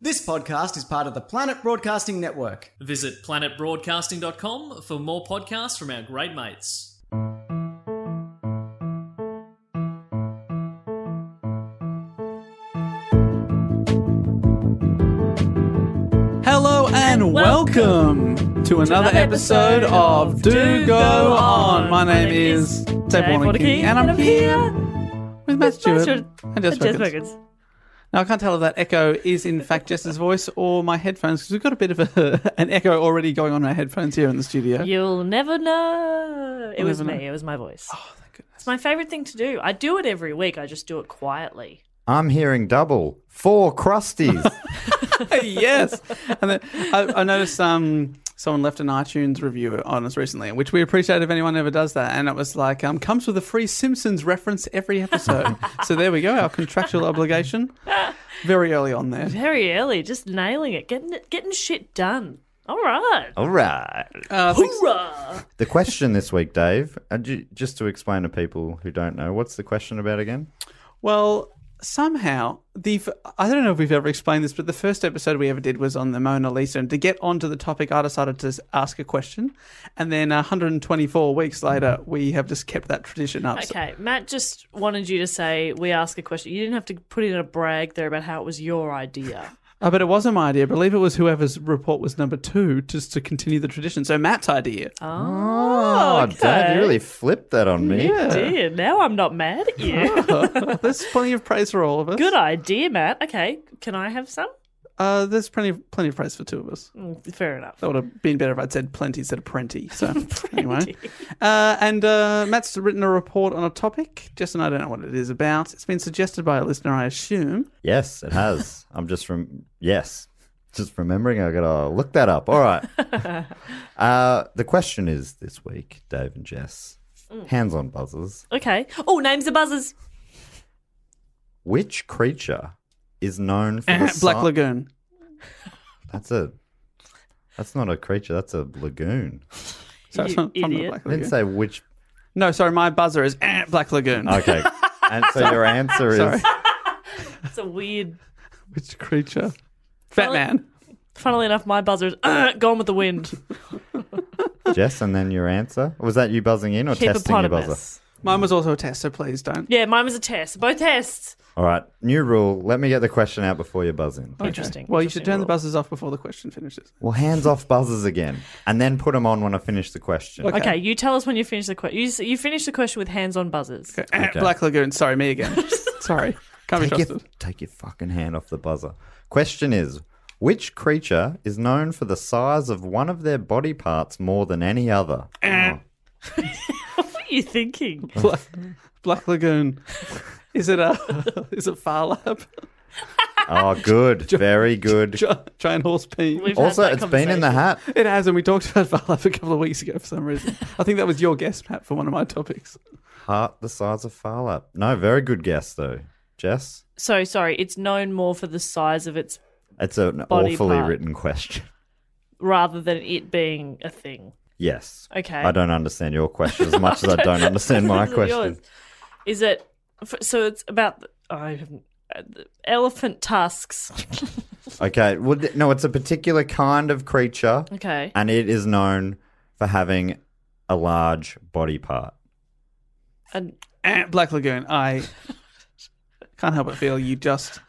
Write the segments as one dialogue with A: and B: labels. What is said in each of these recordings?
A: This podcast is part of the Planet Broadcasting Network.
B: Visit planetbroadcasting.com for more podcasts from our great mates.
C: Hello and welcome, to another episode of Do Go On. My name is Dave Warnocky, and I'm here with Matt Stewart and Jess Wickets. Now, I can't tell if that echo is in fact Jess's voice or my headphones because we've got a bit of a, an echo already going on in our headphones here in the studio.
D: You'll never know. It
C: You'll
D: was
C: never know.
D: me. It was my voice.
C: Oh, thank goodness.
D: It's my favorite thing to do. I do it every week. I just do it quietly.
E: I'm hearing double. Four crusties.
C: yes. And then I, I noticed um, someone left an iTunes review on us recently, which we appreciate if anyone ever does that. And it was like, um, comes with a free Simpsons reference every episode. so there we go, our contractual obligation. Very early on there.
D: Very early, just nailing it, getting it, getting shit done. All right.
E: All right.
C: Uh, thanks-
D: Hoorah!
E: The question this week, Dave, uh, ju- just to explain to people who don't know, what's the question about again?
C: Well, somehow the f- I don't know if we've ever explained this, but the first episode we ever did was on the Mona Lisa, and to get onto the topic, I decided to s- ask a question, and then 124 weeks later, we have just kept that tradition up. So-
D: Okay, Matt just wanted you to say we ask a question. You didn't have to put in a brag there about how it was your idea.
C: Uh, but it wasn't my idea. I believe it was whoever's report was number two, just to continue the tradition. So Matt's idea.
E: Oh, Dad, you really flipped that on me.
D: Dear, now I'm not mad at you.
C: Uh, there's plenty of praise for all of us.
D: Good idea, Matt. Okay, can I have some?
C: Uh, there's plenty of plenty of praise for two of us.
D: Mm, Fair enough.
C: That would have been better if I'd said plenty instead of plenty. So anyway, uh, and uh, Matt's written a report on a topic. Jess and I don't know what it is about. It's been suggested by a listener, I assume.
E: Yes, it has. I'm just from yes, just remembering. I gotta look that up. All right. uh, the question is this week, Dave and Jess,
C: Mm.
E: hands on buzzers.
D: Okay. Oh, names the buzzers.
E: Which creature is known for the
C: Black
E: si-
C: Lagoon.
E: That's a. That's not a creature. That's a lagoon.
D: You
C: Sorry, it's not- from the
D: idiot.
C: Black
E: I didn't
C: Lagoon.
E: say which.
C: No, sorry, my buzzer is eh, Black Lagoon.
E: Okay. And so your answer Oh, is
C: Sorry.
D: It's a weird.
C: Which creature? Batman.
D: Funnily enough, my buzzer's uh, gone with the wind.
E: Jess, and then your answer. Was that you buzzing in or testing your buzzer?
D: Hippopotamus.
C: Mine was also a test, so please don't.
D: Yeah, mine was a test. Both tests.
E: All right, new rule. Let me get the question out before you buzz in.
D: Interesting.
C: Well, you should
D: interesting
C: turn the
D: rule.
C: buzzers off before the question finishes.
E: Well, hands off buzzers again, and then put them on when I finish the question.
D: Okay. you tell us when you finish the question. You, s- you finish the question with hands-on buzzers.
C: Okay. Eh, Black Lagoon. Sorry, me again. sorry. Can't be
E: Take your,
C: trusted.
E: take your fucking hand off the buzzer. Question is Which creature is known for the size of one of their body parts more than any other? Ah,
D: What are you thinking?
C: Black, Black Lagoon. Is it a is it Far Lab?
E: oh, good. Very good.
C: Gi- Giant horse pee.
D: We've had
E: Also,
D: that
E: it's been in the
D: conversation.
E: hat.
C: It has, and we talked about Far Lab a couple of weeks ago for some reason. I think that was your guess, Pat, for one of my topics.
E: Heart the size of Farlap. No, very good guess, though. Jess?
D: So sorry. It's known more for the size of its
E: It's an
D: Body
E: awfully
D: part.
E: written question.
D: rather than it being a thing.
E: Yes.
D: Okay.
E: I don't understand your question as much as I don't understand my
D: Is it yours?
E: question.
D: Is it? f- So it's about the, I haven't- uh, the elephant tusks.
E: Okay. Well, th- no, it's a particular kind of creature,
D: Okay.
E: and it is known for having a large body part.
D: And
C: Eh, Black Lagoon, I can't help but feel you just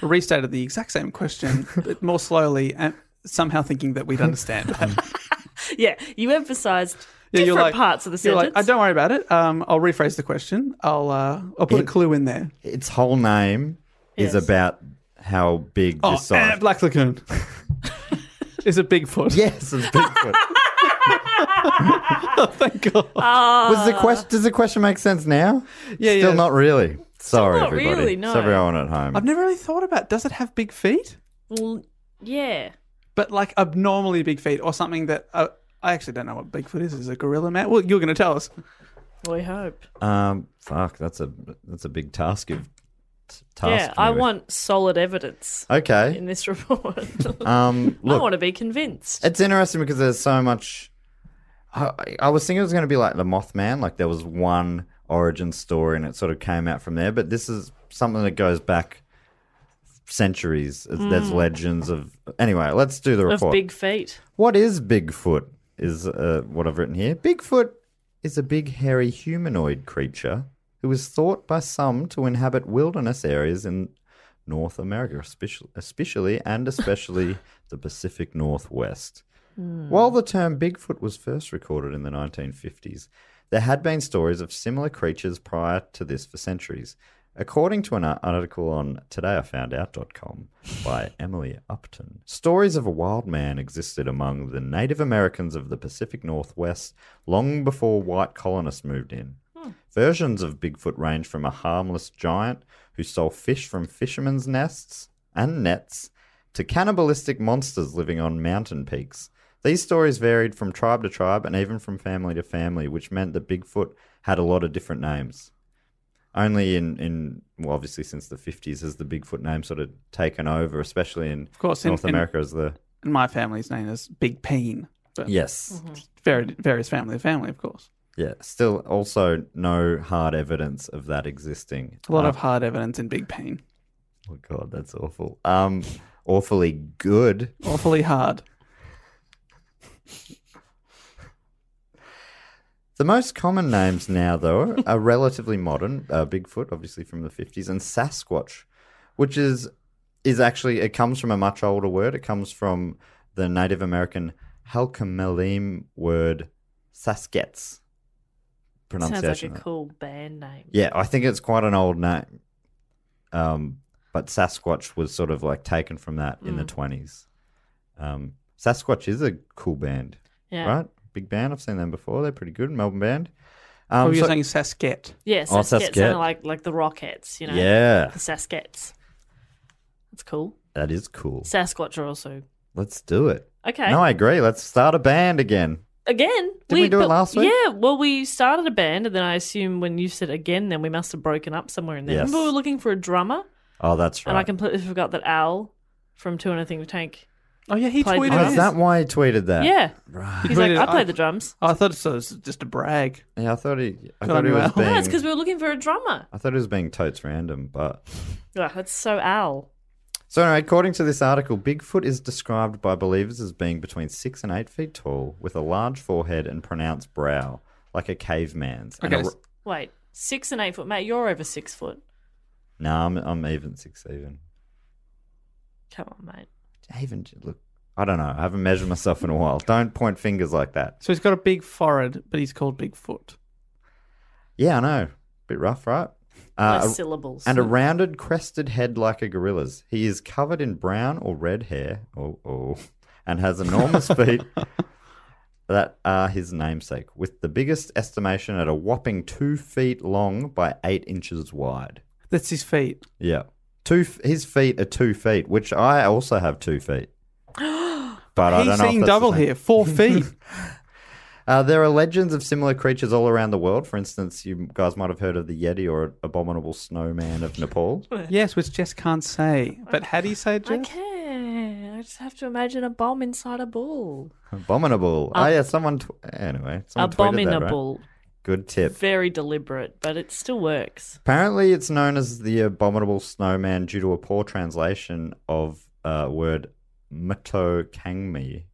C: restated the exact same question, but more slowly and somehow thinking that we'd understand.
D: yeah, you emphasised
C: Yeah,
D: different
C: you're like-
D: parts of the
C: You're
D: sentence.
C: like, I don't worry about it. Um, I'll rephrase the question. I'll uh, I'll put a
E: It-
C: clue in there.
E: Its whole name
D: Yes.
E: is about how big
C: Oh,
E: this size.
C: eh, Black Lagoon is a Bigfoot.
E: yes, it's Bigfoot.
C: thank God.
E: Was the quest- does the question make sense now?
C: Yeah,
E: Still
C: yeah.
E: not really. Sorry,
D: not
E: everybody.
D: really, no.
E: It's everyone at home.
C: I've never really thought about. Does it have big feet?
D: Well, yeah.
C: But like abnormally big feet, or something that uh, I actually don't know what Bigfoot is. Is it a gorilla man? Well, you're going to tell us.
D: Well, I hope.
E: um, fuck, that's a that's a big task. Of, t- task
D: yeah, I
E: me with.
D: want solid evidence in
E: Okay.
D: this report.
E: Um,
D: I
E: look,
D: want to be convinced.
E: It's interesting because there's so much. I, I was thinking it was going to be like the Mothman, like there was one origin story and it sort of came out from there. But this is something that goes back centuries. It's- There's legends of. Anyway, let's do the
D: Hmm. Of
E: report.
D: big feet.
E: what is Bigfoot? Is uh, what I've written here. Bigfoot is a big, hairy humanoid creature who is thought by some to inhabit wilderness areas in North America, especially, especially and especially the Pacific Northwest. While the term Bigfoot was first recorded in the 1950s, there had been stories of similar creatures prior to this for centuries. According to an ar- article on todayifoundout.com by Emily Upton, stories of a wild man existed among the Native Americans of the Pacific Northwest long before white colonists moved in. Versions of Bigfoot range from a harmless giant who stole fish from fishermen's nests and nets to cannibalistic monsters living on mountain peaks. These stories varied from tribe to tribe and even from family to family, which meant that Bigfoot had a lot of different names. Only in, in well, obviously since the 50s has the Bigfoot name sort of taken over, especially in
C: course, in-
E: North
C: in-
E: America as the.
C: And my family's name is Big Peen. But
E: Yes.
C: very various family to family, of course.
E: Yeah. Still also no hard evidence of that existing.
C: A lot of hard evidence in Big Peen.
E: Oh god, that's awful. Um, awfully good.
C: Awfully hard.
E: The most common names now, though, are relatively modern. Uh, Bigfoot, obviously from the fifties, and Sasquatch, which is is actually it comes from a much older word. It comes from the Native American Halcomelem word Saskets.
D: Sounds like a
E: Pronunciation.
D: cool band name.
E: Yeah, I think it's quite an old name. Um, but Sasquatch was sort of like taken from that in
D: Mm.
E: the twenties. Um, Sasquatch is a cool band,
D: Yeah.
E: right? Big band. I've seen them before. They're pretty good. Melbourne band. Um,
C: oh, you're
E: so-
C: saying Sasket.
D: Yeah,
E: Oh,
D: Saskets
E: Sasquatch.
D: sounded like like the Rockets, you know.
E: yeah,
D: The Saskets. That's cool.
E: that is cool.
D: Sasquatch are also
E: Let's do it.
D: okay.
E: No, I agree. Let's start a band again.
D: again.
E: Didn't we do it
D: but-
E: last week?
D: Yeah, well, we started a band, and then I assume when you said again, then we must have broken up somewhere in there.
E: Yes.
D: Remember, we were looking for a drummer,
E: Oh, that's right.
D: and I completely forgot that Al from Two and a Thing with Tank.
C: Oh yeah, he
D: Played
C: tweeted
D: the
E: oh,
D: drums.
E: is
C: this.
E: that why he tweeted that?
D: Yeah,
E: Right.
D: he's
C: He
D: like,
C: tweeted,
D: I play
C: I-
D: the drums.
C: I thought it was just a brag.
E: Yeah, I thought he. I
C: Good
E: thought
C: on
E: he
C: you,
E: was
C: Al.
E: being.
D: No, it's because we were looking for a drummer.
E: I thought he was being totes random, but
D: Yeah, that's so Al.
E: So, anyway, according to this article, Bigfoot is described by believers as being between six and eight feet tall, with a large forehead and pronounced brow, like a caveman's. and
C: Okay,
E: a-
C: s-
D: Wait, Six and eight foot. Matt, you're over six foot.
E: No, I'm I'm even six even.
D: Come on, mate.
E: Even look, I don't know. I haven't measured myself in a while. Don't point fingers like that.
C: So he's got a big forehead, but he's called Bigfoot.
E: Yeah, I know. Bit rough, right?
D: Less
E: Uh, a-
D: syllables.
E: and a rounded, crested head like a gorilla's. He is covered in brown or red hair. Oh, oh, and has enormous feet that are his namesake, with the biggest estimation at a whopping two feet long by eight inches wide.
C: That's his feet.
E: Yeah, two. f- His feet are two feet, which I also have two feet. But I don't
C: he's
E: know if that's
C: seeing
E: the
C: double
E: same.
C: here. Four feet.
E: Uh, there are legends of similar creatures all around the world. For instance, you guys might have heard of the Yeti or abominable snowman of Nepal.
C: yes, which Jess can't say. But how do you say it, Jess?
D: Okay. I just have to imagine a bomb inside a ball.
E: Abominable. oh yeah, someone. Tw- anyway, someone tweeted that, right?
D: Abominable.
E: Good tip.
D: Very deliberate, but it still works.
E: Apparently, it's known as the abominable snowman due to a poor translation of uh, word mato kangmi,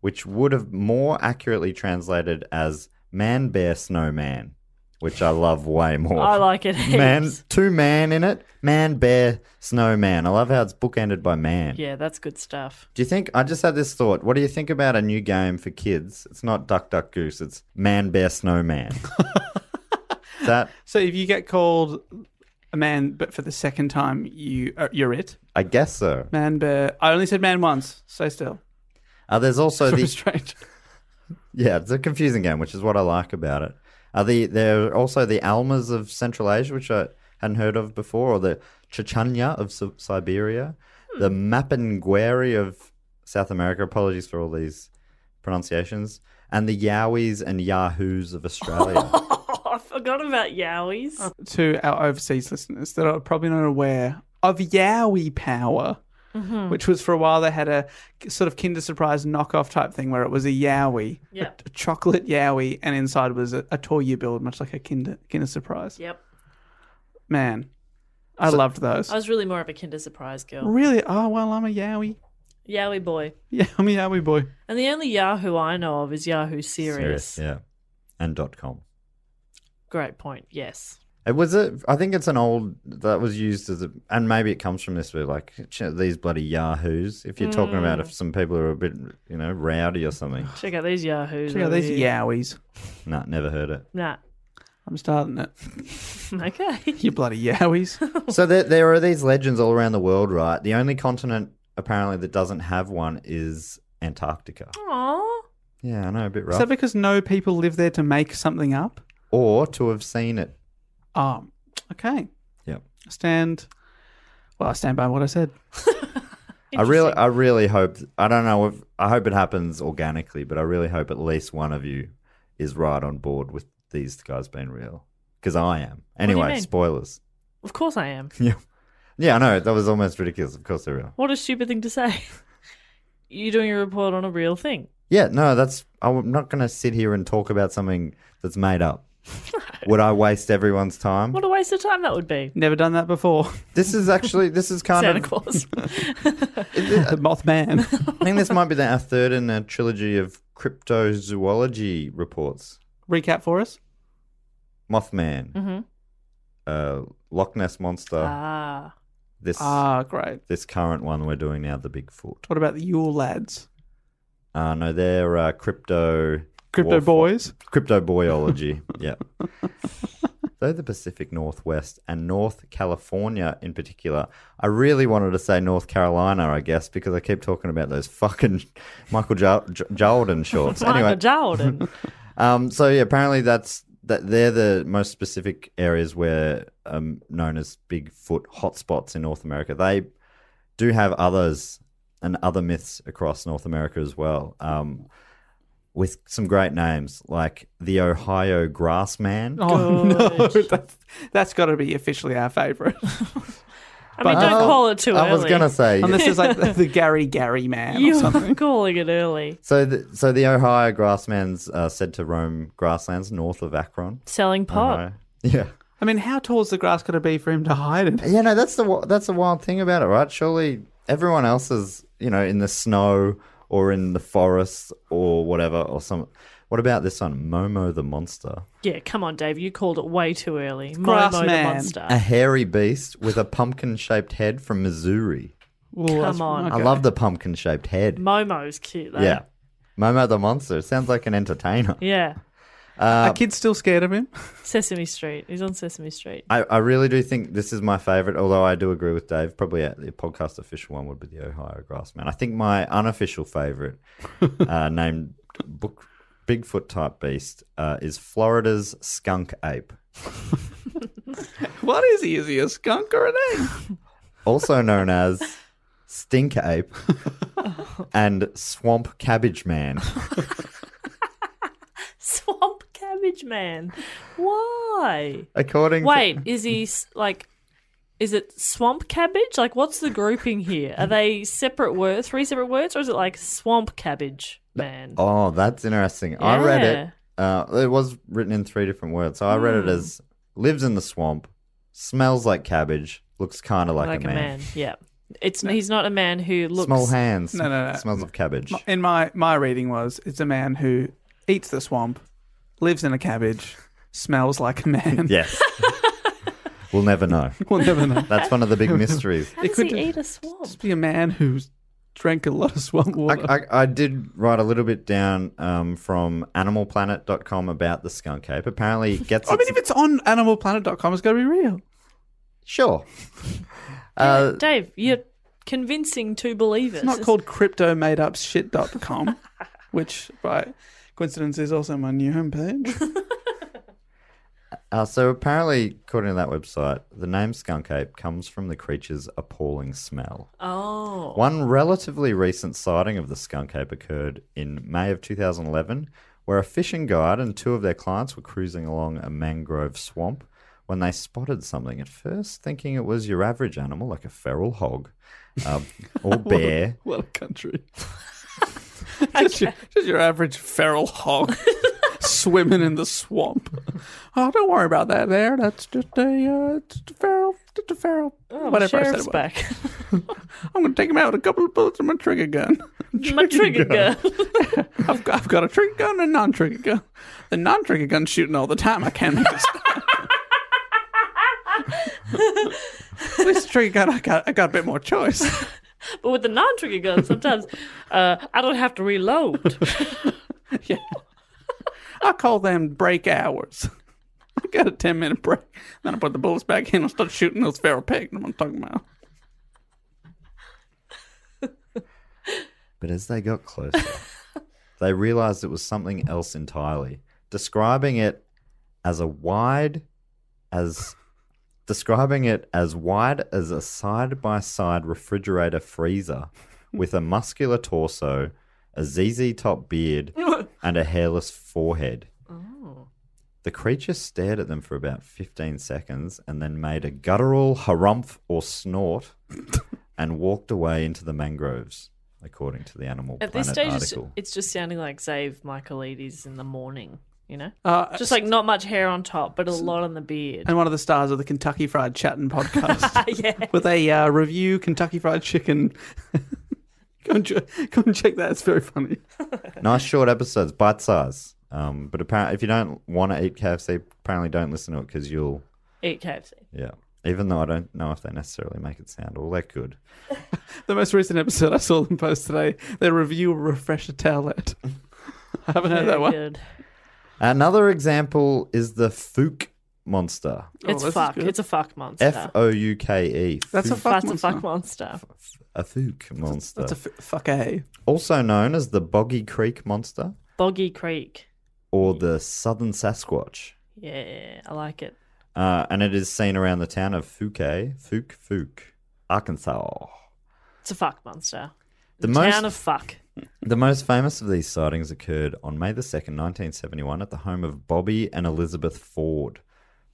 E: which would have more accurately translated as man bear snowman, which I love way more.
D: I like it.
E: Man,
D: heaps.
E: two man in it. Man, bear, snowman. I love how it's bookended by man.
D: Yeah, that's good stuff.
E: Do you think? I just had this thought. What do you think about a new game for kids? It's not Duck Duck Goose. It's Man, Bear, Snowman. that
C: So if you get called a man, but for the second time, you uh, you're it.
E: I guess so.
C: Man bear. I only said man once. Stay still.
E: Uh, there's also
C: Sort of
E: the
C: strange.
E: yeah. It's a confusing game, which is what I like about it. Are the there are also the Almas of Central Asia, which I hadn't heard of before, or the Chechanya of Si- Siberia, the
D: Hmm.
E: Mapingueri of South America. Apologies for all these pronunciations, and the Yowies and Yahoos of Australia.
D: Oh, I forgot about Yowies.
C: to our overseas listeners that are probably not aware of Yowie Power,
D: Mm-hmm.
C: which was for a while they had a sort of Kinder Surprise knockoff type thing where it was a Yowie, a-
D: Yep.
C: a, chocolate Yowie, and inside was a, a toy you build, much like a Kinder Kinder Surprise.
D: Yep.
C: Man, I loved those.
D: I was really more of a Kinder Surprise girl.
C: Really? Oh well, I'm a Yowie.
D: Yowie boy.
C: Yeah, I'm a Yowie boy.
D: And the only Yahoo I know of is Yahoo Serious.
E: yeah, and dot com.
D: Great point. Yes.
E: It was a. I think it's an old that was used as a, and maybe it comes from this. Where like "Ch- these bloody yahoos. If you're talking about if some people are a bit, you know, rowdy or something.
D: Check out these Yahoos.
C: Check out
D: over
C: these
D: here.
C: Yowies.
E: nah, never heard it.
D: Nah.
C: I'm starting it.
D: Okay.
C: You bloody Yowies.
E: so there, there are these legends all around the world, right? The only continent apparently that doesn't have one is Antarctica.
D: Aw.
E: Yeah, I know, a bit
C: Is
E: rough.
C: that because no people live there to make something up?
E: or to have seen it.
C: Um, okay.
E: Yep.
C: I stand. Well, I stand by what I said.
E: I really, I really hope. I don't know. If, I hope it happens organically, but I really hope at least one of you is right on board with these guys being real, because I am.
D: do you
E: Anyway,
D: mean?
E: spoilers.
D: Of course I am.
E: Yeah, yeah. I know that was almost ridiculous. Of course they're real.
D: What a stupid thing to say. You're doing a report on a real thing.
E: Yeah, no, that's. I'm not going to sit here and talk about something that's made up. Would I waste everyone's time?
D: What a waste of time that would be.
C: Never done that before.
E: This is actually this is kind
D: Santa
E: of.
D: Claus.
C: the Mothman.
E: I think this might be the, our third in a trilogy of cryptozoology reports.
C: Recap for us.
E: Mothman,
D: Mm-hmm.
E: uh, Loch Ness monster.
D: ah.
E: this
C: Ah, great.
E: this current one we're doing now, the Bigfoot.
C: What about the Yule lads?
E: Uh, no, they're uh, crypto
C: Crypto
E: dwarf-
C: boys.
E: crypto boyology. yeah. Though the Pacific Northwest and North California in particular, I really wanted to say North Carolina, I guess, because I keep talking about those fucking Michael jo- Jo- Jordan shorts. anyway,
D: Michael Jordan.
E: Um, so yeah, apparently that's that they're the most specific areas where um known as Bigfoot hotspots in North America. They do have others and other myths across North America as well. Um, with some great names like the Ohio Grassman.
C: Oh, no. That's, that's got to be officially our favourite.
D: I mean, don't
E: Oh,
D: call it too
E: I
D: early.
E: was gonna say
C: Unless it's like the, the Gary Gary man or something.
D: You're calling it early.
E: so. The, so the Ohio Grassman's uh, said to roam grasslands north of Akron.
D: Selling pot.
E: Ohio. Yeah.
C: I mean, how tall's the grass got to be for him to hide in?
E: Yeah, no, that's the wi- that's the wild thing about it, right? Surely everyone else is, you know, in the snow or in the forest or whatever or some. What about this one? Momo the monster.
D: Yeah, come on, Dave. You called it way too early.
C: Grass
D: Momo
C: Man.
D: the monster.
E: A hairy beast with a pumpkin shaped head from Missouri.
D: Come on.
E: I love the pumpkin shaped head.
D: Momo's cute though.
E: Yeah. Momo the monster. Sounds like an entertainer.
D: eh? Yeah.
C: Are kids still scared of him?
D: Sesame Street. He's on Sesame Street.
E: I, I really do think this is my favorite, although I do agree with Dave. Probably uh, the podcast official one would be the Ohio Grassman. I think my unofficial favorite, uh, named Book, Bigfoot type beast, uh, is Florida's skunk ape,
C: What is he? Is he a skunk or an ape?
E: also known as stink ape and swamp cabbage man.
D: Swamp Cabbage Man. Why?
E: According
D: Wait,
E: to,
D: is he s- like? Is it swamp cabbage? Like, what's the grouping here? Are they separate words, three separate words, or is it like swamp cabbage man?
E: oh, that's interesting. I read
D: Yeah.
E: it. Uh, it was written in three different words, so I read it as lives in the swamp, smells like cabbage, looks kind of like, a man.
D: Yeah, it's he's not a man who looks.
E: Small hands.
C: No, no, no.
E: Smells of cabbage.
C: In my my reading was it's a man who eats the swamp, lives in a cabbage, smells like a man.
E: yes. we'll never know.
C: we'll never know.
E: That's one of the big mysteries.
D: How does
C: could
D: he eat a swamp?
C: Just be a man who's drank a lot of swamp
E: I,
C: water.
E: I, I did write a little bit down um, from animalplanet.com about the skunk ape. Apparently, it gets
C: I mean,
E: its-
C: if it's on animalplanet.com, it's got to be real.
E: sure. Uh,
D: Dave, you're convincing two believers.
C: It's not called cryptomadeupshit.com, which by coincidence is also my new homepage.
E: uh, so, apparently, according to that website, the name skunk ape comes from the creature's appalling smell.
D: Oh,
E: One relatively recent sighting of the skunk ape occurred in May of 2011, where a fishing guide and two of their clients were cruising along a mangrove swamp when they spotted something. At first, thinking it was your average animal, like a feral hog um, or bear.
C: What a country. just, your, just your average feral hog swimming in the swamp. Oh, don't worry about that there. That's just a, uh, it's just a feral, just a feral,
D: oh my
C: whatever I said.
D: sheriff's
C: it was.
D: back.
C: I'm going to take him out with a couple of bullets and my trigger gun.
D: my trigger gun.
C: I've got, I've got a trigger gun and a non-trigger gun. The non-trigger gun's shooting all the time. I can't make it stop. At least the trigger gun, I got, I got a bit more choice.
D: but with the non-trigger gun, sometimes uh, I don't have to reload.
C: Yeah. I call them break hours. I got a 10-minute break. Then I put the bullets back in and start shooting those feral pigs. I'm talking about.
E: But as they got closer, they realized it was something else entirely, describing it as a wide as describing it as wide as a side-by-side refrigerator freezer with a muscular torso, a ZZ top beard, and a hairless forehead.
D: Oh.
E: The creature stared at them for about 15 seconds and then made a guttural harumph or snort and walked away into the mangroves, according to the Animal
D: At
E: Planet
D: this stage, it's,
E: article.
D: it's just sounding like Zave Michaelides in the morning, you know?
C: Uh,
D: Just like not much hair on top, but a lot on the beard.
C: and one of the stars of the Kentucky Fried Chatting podcast.
D: yeah.
C: with a uh, review Kentucky Fried Chicken. go, and ch- go and check that. It's very funny.
E: nice short episodes, bite size. Um, but apparently, if you don't want to eat KFC, apparently don't listen to it because you'll,
D: Eat KFC.
E: yeah. Even though I don't know if they necessarily make it sound all that good.
C: The most recent episode I saw them post today, their review of Refresher Towelette. I haven't heard that
D: Very
C: one.
D: good.
E: Another example is is the Fook monster.
C: Oh,
D: It's
C: this is
D: fuck.
C: good.
D: It's a fuck monster.
E: F O U K E.
C: That's a
E: Fook-
C: fuck
D: That's a fuck monster.
E: a Fook monster.
C: That's a f- fuck a.
E: also known as the Boggy Creek monster
D: Boggy Creek.
E: or the Southern Sasquatch.
D: Yeah, I like it.
E: Uh, and it is seen around the town of Fouquet, Fook Fook, Arkansas.
D: It's a fuck monster.
E: The
D: The,
E: most-
D: town of fuck.
E: The most famous of these sightings occurred on May the 2nd, 1971, at the home of Bobby and Elizabeth Ford.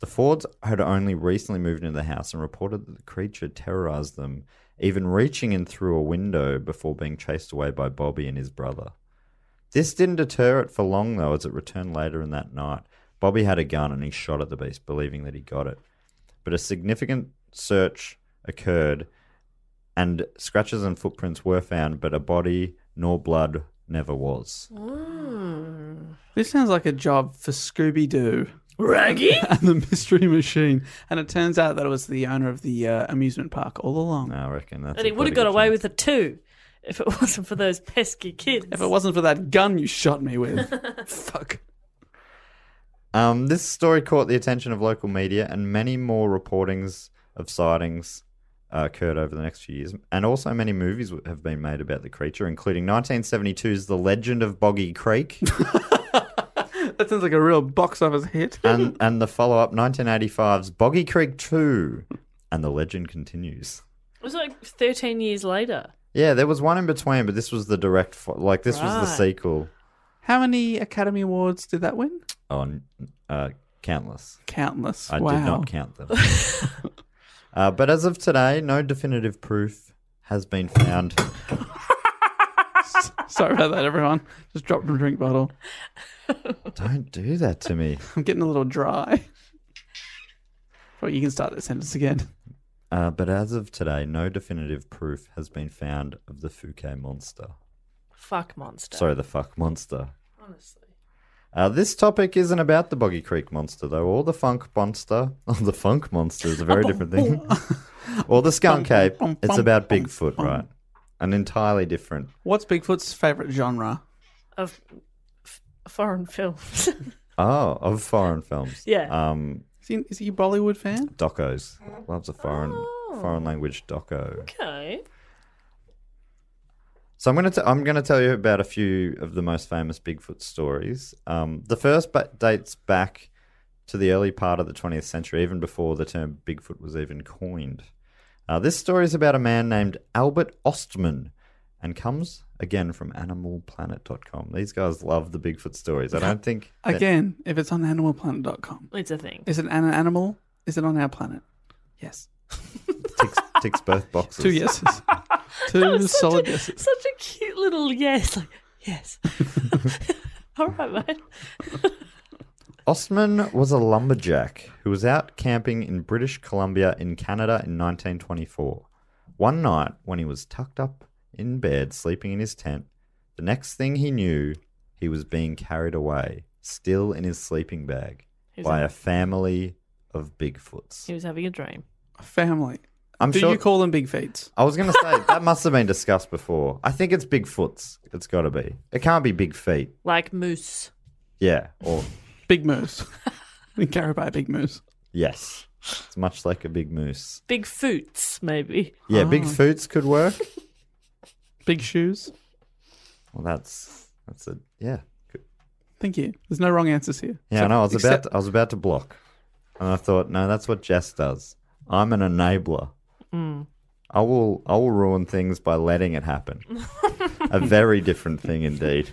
E: The Fords had only recently moved into the house and reported that the creature terrorized them, even reaching in through a window before being chased away by Bobby and his brother. This didn't deter it for long, though, as it returned later in that night. Bobby had a gun and he shot at the beast, believing that he got it. But a significant search occurred, and scratches and footprints were found, but a body nor blood never was.
C: This sounds like a job for Scooby Doo
D: Raggy?
C: and the Mystery Machine. And it turns out that it was the owner of the uh, amusement park all along.
E: I reckon that's.
D: and
E: a
D: he would have
E: pretty
D: got
E: good
D: away
E: chance.
D: with it too if it wasn't for those pesky kids.
C: If it wasn't for that gun you shot me with. Fuck.
E: Um, this story caught the attention of local media, and many more reportings of sightings uh, occurred over the next few years. And also, many movies w- have been made about the creature, including 1972's The Legend of Boggy Creek
C: That sounds like a real box office hit.
E: and, and the follow up 1985's Boggy Creek 2. And the legend continues.
D: It was like 13 years later.
E: Yeah, there was one in between, but this was the direct, fo- like, this was the
D: Right.
E: sequel
C: How many Academy Awards did that win?
E: on uh, Countless.
C: Countless.
E: I
C: wow.
E: did not count them. uh, but as of today, no definitive proof has been found.
C: Sorry about that, everyone. Just dropped my drink bottle.
E: Don't do that to me.
C: I'm getting a little dry. Well, you can start that sentence again.
E: Uh, but as of today, no definitive proof has been found of the Fouquet monster.
D: Fuck monster.
E: Sorry, the fuck monster.
D: Honestly.
E: Uh, this topic isn't about the Boggy Creek monster, though, or the funk monster. Oh, the funk monster is a very different thing. or the skunk ape. It's about Bigfoot, right? An entirely different.
C: What's Bigfoot's favorite genre?
D: Of f- foreign films.
E: Oh, of foreign films.
D: Yeah.
E: Um,
C: Is he, is he a Bollywood fan?
E: docos. Loves a foreign foreign language doco.
D: okay.
E: So I'm gonna t- I'm gonna tell you about a few of the most famous Bigfoot stories. Um, the first ba- dates back to the early part of the 20th century, even before the term Bigfoot was even coined. Uh, this story is about a man named Albert Ostman, and comes again from AnimalPlanet.com. These guys love the Bigfoot stories. I don't think that-
C: Again, if it's on animalplanet.com.
D: It's a thing.
C: Is it an animal? Is it on our planet? Yes.
E: ticks, ticks both boxes.
C: Two yeses. Two solid yeses.
D: Such a cute little yes. Like, yes. All right, mate.
E: Ostman was a lumberjack who was out camping in British Columbia in Canada in 1924. One night, when he was tucked up in bed sleeping in his tent, the next thing he knew, he was being carried away, still in his sleeping bag,
D: Who's
E: by
D: that?
E: a family of Bigfoots.
D: He was having a dream.
C: Family.
E: I'm
C: Do
E: sure.
C: you call them big feet?
E: I was going to say that must have been discussed before. I think it's Bigfoots. It's got to be. It can't be Big Feet.
D: Like moose.
E: Yeah. Or
C: Big moose. Been carried by a big moose.
E: yes. It's much like a big moose.
D: Big foots, maybe.
E: Yeah,
C: Ah.
E: Bigfoots could work.
C: Big shoes.
E: Well, that's that's a yeah. Good.
C: Thank you. There's no wrong answers here.
E: Yeah,
C: So-
E: no, I was
C: except-
E: about to, I was about to block, and I thought, no, that's what Jess does. I'm an enabler.
C: Hmm.
E: I will I will ruin things by letting it happen. a very different thing indeed.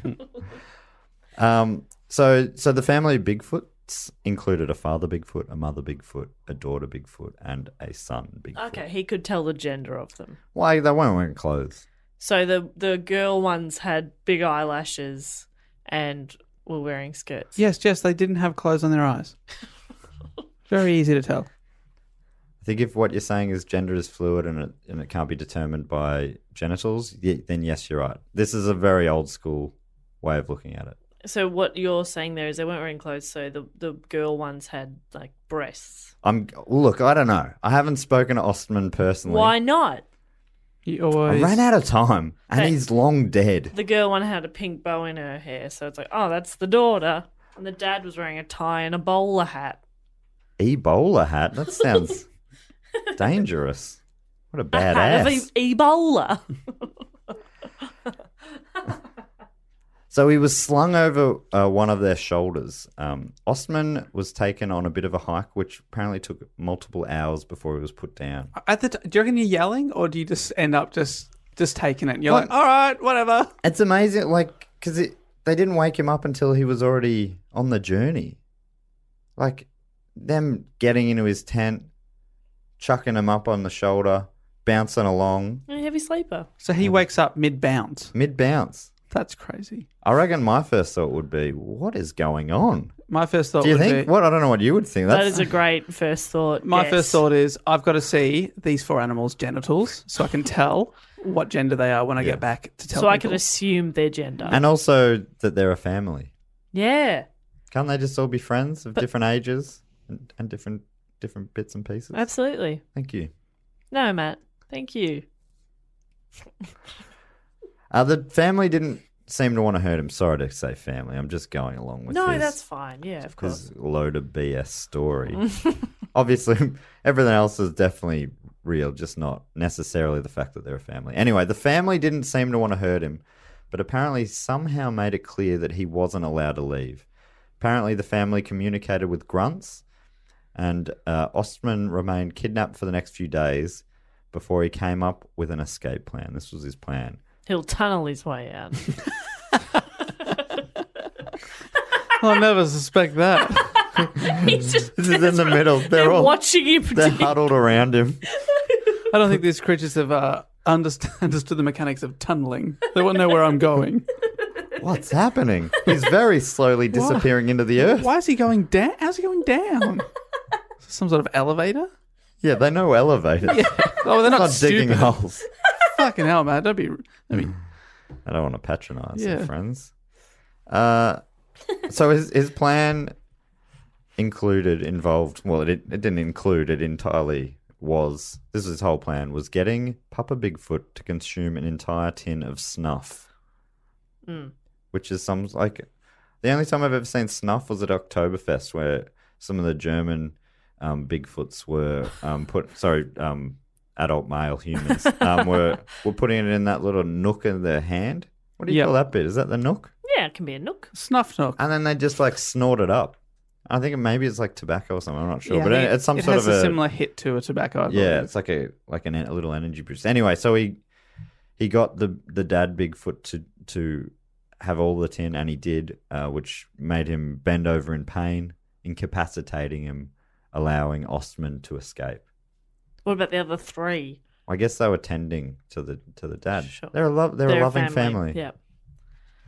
E: um. So so the family of Bigfoots included a father Bigfoot, a mother Bigfoot, a daughter Bigfoot, and a son Bigfoot.
D: Okay, he could tell the gender of them.
E: Why they weren't wearing clothes?
D: So the the girl ones had big eyelashes and were wearing skirts.
C: Yes, yes, they didn't have clothes on their eyes. Very easy to tell.
E: I think if what you're saying is gender is fluid and it, and it can't be determined by genitals, y- then yes, you're right. This is a very old school way of looking at it.
D: So what you're saying there is they weren't wearing clothes, so the the girl ones had like breasts.
E: I'm look. I don't know. I haven't spoken to Ostman personally.
D: Why not?
C: You
E: I
C: always
E: ran out of time, and
D: Hey.
E: he's long dead.
D: The girl one had a pink bow in her hair, so it's like, oh, that's the daughter. And the dad was wearing a tie and a bowler hat.
E: Ebola hat. That sounds dangerous. What a
D: A hat of
E: badass.
D: e- Ebola.
E: So he was slung over uh, one of their shoulders. Um, Ostman was taken on a bit of a hike, which apparently took multiple hours before he was put down.
C: At the t- do you reckon you're yelling, or do you just end up just just taking it? And you're
E: What?
C: like, all right, whatever.
E: It's amazing, like, because it they didn't wake him up until he was already on the journey. Like, them getting into his tent, chucking him up on the shoulder, bouncing along
D: a heavy sleeper.
C: So he wakes up mid bounce.
E: mid bounce.
C: That's crazy.
E: I reckon my first thought would be, what is going on?
C: My first thought
E: Do you
C: would
E: think?
C: be
E: What? I don't know what you would think.
D: That
E: That's,
D: is a great first thought.
C: my
D: yes.
C: first thought is I've got to see these four animals' genitals so I can tell what gender they are when I get back to
D: So
C: tell
D: I
C: people.
D: can assume their gender.
E: and also that they're a family.
D: yeah.
E: Can't they just all be friends of different ages and, and different different bits and pieces?
D: Absolutely.
E: Thank you.
D: No, Matt. Thank you.
E: Uh, the family didn't seem to want to hurt him. Sorry to say family. I'm just going along with
D: no,
E: his,
D: that's fine. Yeah, of course.
E: his load of BS story. Obviously, everything else is definitely real, just not necessarily the fact that they're a family. Anyway, the family didn't seem to want to hurt him, but apparently somehow made it clear that he wasn't allowed to leave. Apparently, the family communicated with grunts, and uh, Ostman remained kidnapped for the next few days before he came up with an escape plan. This was his plan.
D: He'll tunnel his way out.
C: I'll never suspect that.
D: He's just
E: This is in the middle. They're,
D: they're
E: all
D: watching him.
E: they're
D: do-
E: huddled around him.
C: I don't think these creatures have uh, underst- understood the mechanics of tunneling. They won't know where I'm going.
E: What's happening? He's very slowly disappearing into the earth.
C: Why is he going down? How's he going down? Some sort of elevator?
E: Yeah, they know elevators.
C: Oh, they're not,
E: Not
C: stupid.
E: digging Mm. holes.
C: Fucking hell, man! Don't be. I mean,
E: I don't want to patronize
C: Yeah.
E: their friends. Uh, so his his plan included involved. Well, it it didn't include. It entirely was. This was his whole plan was getting Papa Bigfoot to consume an entire tin of snuff, which is some like the only time I've ever seen snuff was at Oktoberfest, where some of the German um, Bigfoots were um, put. Sorry, um, adult male humans um, were were putting it in that little nook in their hand. What do you
C: Yeah.
E: call that bit? Is that the nook?
D: yeah, it can be a nook.
C: snuff knock.
E: And then they just like snort it up. I think maybe it's like tobacco or something. I'm not sure,
C: Yeah,
E: but
C: I mean,
E: it- it's some
C: it
E: sort
C: has
E: of
C: a, similar hit to a tobacco. I
E: yeah,
C: believe.
E: it's like a like an, en- a little energy boost. Anyway, so he he got the the dad Bigfoot to to have all the tin, and he did, uh, which made him bend over in pain, incapacitating him, allowing Ostman to escape.
D: What about the other three?
E: I guess they were tending to the to the dad.
D: Sure.
E: They're a love. They're, a loving family.
D: Yeah.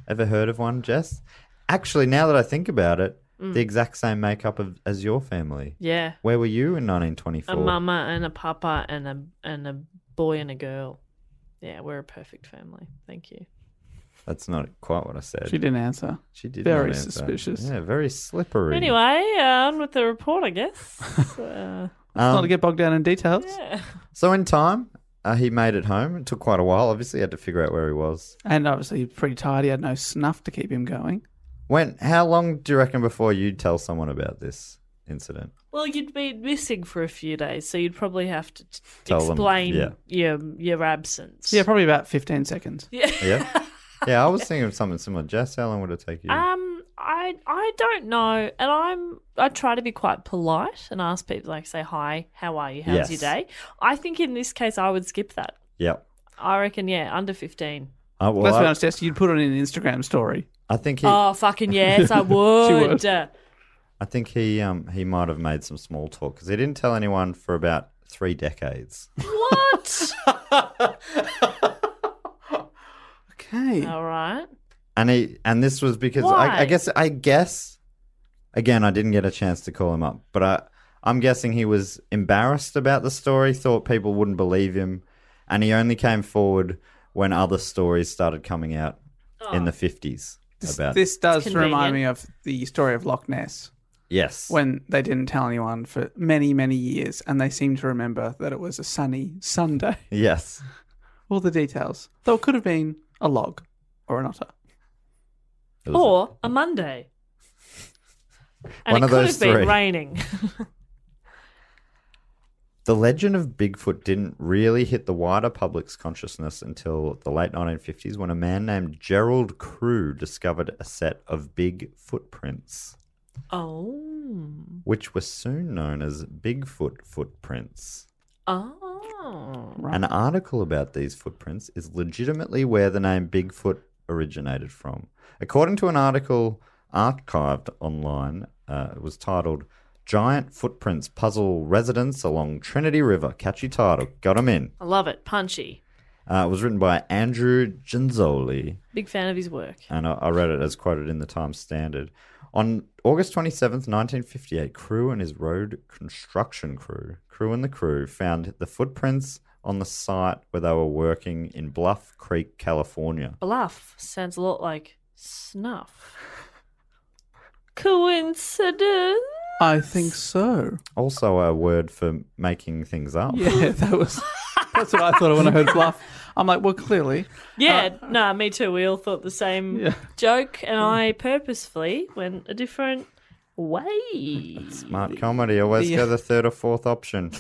E: Ever heard of one, Jess? Actually, now that I think about it, the exact same makeup of, as your family.
D: Yeah.
E: Where were you in 1924?
D: A mama and a papa and a and a boy and a girl. Yeah, we're a perfect family. Thank you.
E: That's not quite what I said.
C: She didn't answer.
E: She did.
C: Very
E: not answer.
C: suspicious.
E: Yeah, very slippery.
D: Anyway, uh, on with the report, I guess. uh,
E: Um,
C: not to get bogged down in details.
E: so in time, uh, he made it home. It took quite a while. Obviously, he had to figure out where he was.
C: And obviously, he's pretty tired. He had no snuff to keep him going.
E: When? How long do you reckon before you'd tell someone about this incident?
D: well, you'd be missing for a few days, so you'd probably have to t-
E: Tell them,
D: explain
E: yeah.
D: your your absence.
C: Yeah, probably about 15 seconds.
E: Yeah. yeah, I was thinking of something similar. Jess, how long would it take you?
D: Um, I I don't know, and I'm I try to be quite polite and ask people like say hi, how are you,
E: Yes.
D: how's your day. I think in this case I would skip that.
E: yep.
D: I reckon yeah, under fifteen.
E: Uh, well,
C: Let's
E: I-
C: be honest, Jess, you'd put it in an Instagram story.
E: I think he.
D: Oh fucking yes, I would.
C: would.
D: Uh,
E: I think he. Um, he might have made some small talk because he didn't tell anyone for about three decades.
D: What?
C: Okay.
D: All right.
E: and he. And this was because I,
D: Why?
E: I guess. I guess. Again, I didn't get a chance to call him up, but I. I'm guessing he was embarrassed about the story, thought people wouldn't believe him, and he only came forward when other stories started coming out in the 50s
C: This,
E: about
C: this does
D: It's
C: remind
D: convenient.
C: me of the story of Loch Ness
E: yes
C: when they didn't tell anyone for many, many years and they seem to remember that it was a sunny Sunday.
E: yes
C: All the details. Though it could have been a log or an otter.
E: It was-
D: Or a Monday. And
E: One
D: it
E: of
D: could
E: those
D: have been
E: three.
D: raining.
E: The legend of Bigfoot didn't really hit the wider public's consciousness until the late 1950s when a man named Gerald Crew discovered a set of big footprints,
D: oh.
E: which were soon known as Bigfoot footprints.
D: Oh.
C: Right.
E: An article about these footprints is legitimately where the name Bigfoot originated from. According to an article archived online, uh, it was titled Giant Footprints Puzzle Residents Along Trinity River. Catchy title. Got 'em in.
D: I love it. Punchy.
E: Uh, it was written by Andrew Ginzoli,
D: Big fan of his work.
E: and I, I read it as quoted in the Times Standard. On August 27th, 1958, Crew and his road construction crew, Crew and the crew, found the footprints on the site where they were working in Bluff Creek, California.
D: Bluff sounds a lot like snuff. Coincidence?
C: I think so.
E: Also, a word for making things up.
C: Yeah, that was that's what I thought when I heard bluff. I'm like, well, clearly,
D: Yeah, nah, me too. We all thought the same
C: Yeah.
D: joke, and I purposefully went a different way.
E: Smart comedy always go the third or fourth option,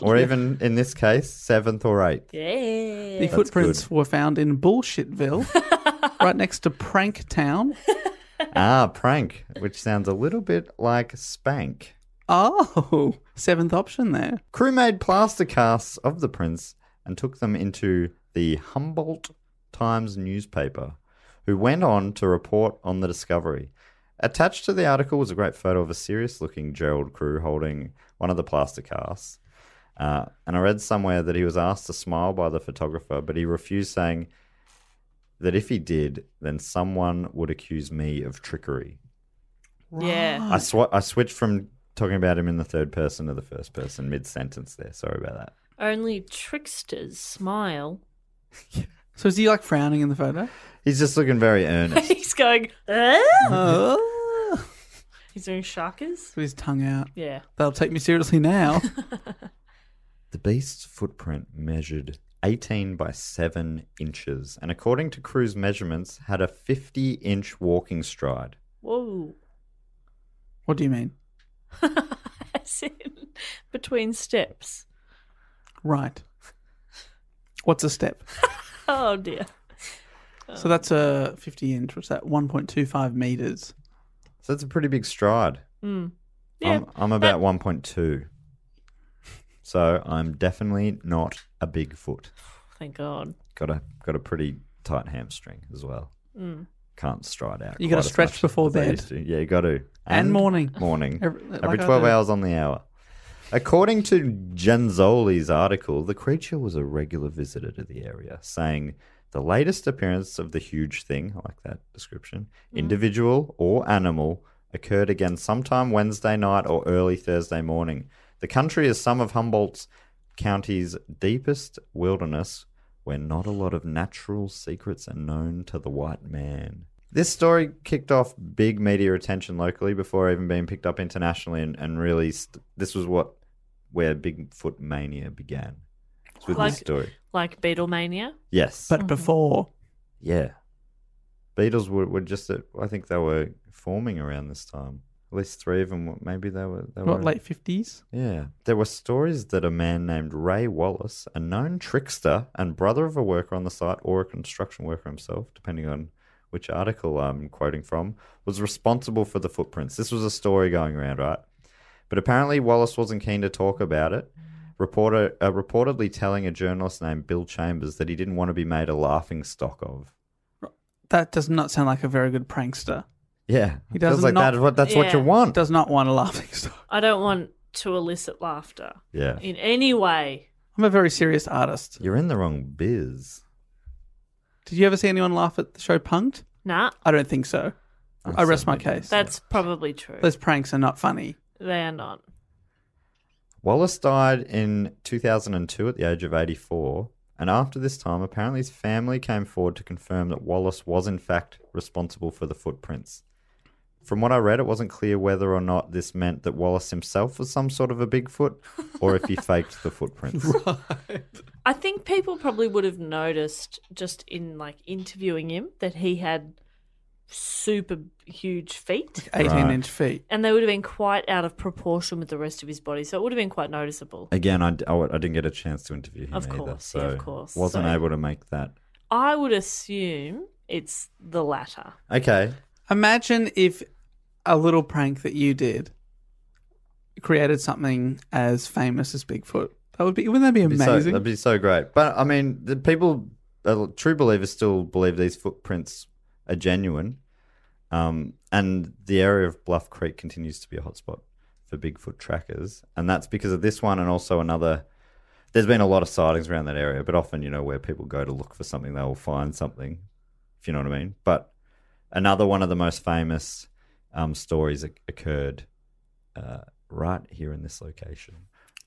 E: or even in this case, seventh or eighth.
D: Yeah.
C: the footprints were found in Bullshitville, right next to Prank Town.
E: ah, prank, which sounds a little bit like spank.
C: Oh, seventh option there.
E: Crew made plaster casts of the prints and took them into the Humboldt Times newspaper, who went on to report on the discovery. Attached to the article was a great photo of a serious looking Gerald Crew holding one of the plaster casts. Uh, and I read somewhere that he was asked to smile by the photographer, but he refused, saying that if he did, then someone would accuse me of trickery.
D: Yeah.
E: I, sw- I switched from talking about him in the third person to the first person mid sentence there. Sorry about that.
D: Only tricksters smile.
C: So is he like frowning in the photo?
E: He's just looking very earnest.
D: He's going, "Ah?"
C: Oh,
D: He's doing shockers.
C: with his tongue out.
D: Yeah.
C: They'll take me seriously now.
E: the beast's footprint measured 18 by 7 inches, and according to Crew's measurements, had a 50 inch walking stride.
D: Whoa.
C: what do you mean?
D: As in between steps.
C: Right. What's a step?
D: Oh, dear.
C: So that's a 50 inch. What's that? 1.25 meters.
E: So that's a pretty big stride.
D: Yeah.
E: I'm, I'm about 1.2. So I'm definitely not a big foot.
D: Thank God.
E: Got a got a pretty tight hamstring as well. Can't stride out.
C: You gotta
E: quite as
C: stretch
E: much
C: before
E: as I
C: bed.
E: used to. Yeah, you got to.
C: And morning.
E: Morning.
C: Every-
E: Every,
C: like I
E: 12
C: do.
E: hours on the hour. According to Genzoli's article, the creature was a regular visitor to the area, saying the latest appearance of the huge thing, I like that description, individual or animal, occurred again sometime Wednesday night or early Thursday morning. The country is some of Humboldt's county's deepest wilderness where not a lot of natural secrets are known to the white man. This story kicked off big media attention locally before even being picked up internationally, and, and really, st- this was what where Bigfoot mania began. It's with
D: Like-
E: this story.
D: Like Beatlemania.
E: Yes.
C: But before,
E: yeah. Beatles were, were just, at, I think they were forming around this time. At least three of them, were- maybe they were. They
C: what,
E: were
C: late 50s?
E: yeah. There were stories that a man named Ray Wallace, a known trickster and brother of a worker on the site or a construction worker himself, depending on which article I'm quoting from, was responsible for the footprints. This was a story going around, right? But apparently Wallace wasn't keen to talk about it. Reporter uh, reportedly telling a journalist named Bill Chambers that he didn't want to be made a laughing stock of.
C: That does not sound like a very good prankster.
E: Yeah,
C: He
E: it feels
C: does
E: like
C: not-
E: that is what that's what you
D: Yeah.
E: want.
C: Does not want a laughing stock.
D: I don't want to elicit laughter
E: yeah,
D: in any way.
C: I'm a very serious artist.
E: you're in the wrong biz.
C: Did you ever see anyone laugh at the show Punked?
D: Nah,
C: I don't think so. I rest my
E: Oh, certainly-
C: case.
D: that's probably true.
C: Those pranks are not funny.
D: They are not.
E: Wallace died in 2002 at the age of 84, and after this time, apparently his family came forward to confirm that Wallace was in fact responsible for the footprints. From what I read, it wasn't clear whether or not this meant that Wallace himself was some sort of a Bigfoot or if he faked the footprints.
D: I think people probably would have noticed just in like interviewing him that he had super huge feet
C: 18
E: Right.
C: inch feet.
D: and they would have been quite out of proportion with the rest of his body. So it would have been quite noticeable.
E: Again, I, d- I w- I didn't get a chance to interview him
D: Of
E: either,
D: course,
E: so
D: yeah, of course.
E: wasn't
D: So-
E: able to make that.
D: I would assume it's the latter.
E: Okay,
C: Imagine if a little prank that you did created something as famous as Bigfoot. That would be, wouldn't that be
E: That'd be so-
C: amazing?
E: that'd be so great. But I mean, the people, uh, true believers, still believe these footprints are genuine, um, and the area of Bluff Creek continues to be a hotspot for Bigfoot trackers, and that's because of this one and also another. There's been a lot of sightings around that area, but often you know where people go to look for something, they will find something, if you know what I mean. But another one of the most famous um, stories oc- occurred uh, right here in this location.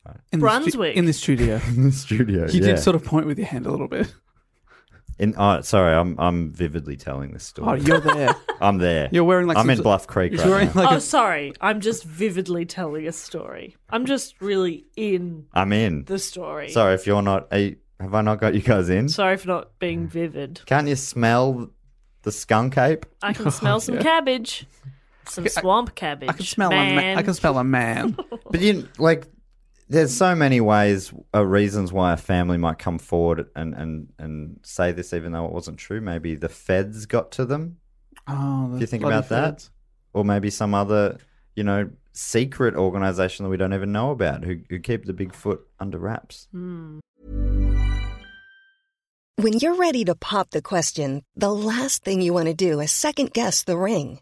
C: In the stu-
D: Brunswick.
C: in the studio.
E: In the studio.
C: You
E: yeah.
C: did sort of point with your hand a little bit.
E: In, oh, sorry, I'm I'm vividly telling this
C: Oh,
E: story.
C: you're there.
E: I'm there.
C: You're wearing like
E: I'm
C: some
E: in
C: sort-
E: Bluff Creek
C: He's
E: right
C: wearing
E: now.
C: like
D: oh,
C: a,
D: sorry. I'm just vividly telling a story. I'm just really in
E: I'm in.
D: the story.
E: Sorry if you're not. Are you- have I not got you guys in?
D: Sorry for not being vivid.
E: Can't you smell the skunk ape?
D: I can smell some cabbage. Some swamp cabbage.
C: Oh, I can smell a
D: man.
C: man. I can smell a man.
E: But you like, there's so many ways, uh, reasons why a family might come forward and and and say this, even though it wasn't true. Maybe the feds got to them,
C: Oh,
E: If you think about that. or maybe some other, you know, secret organization that we don't even know about who who keep the Bigfoot under wraps.
F: When you're ready to pop the question, the last thing you want to do is second guess the ring.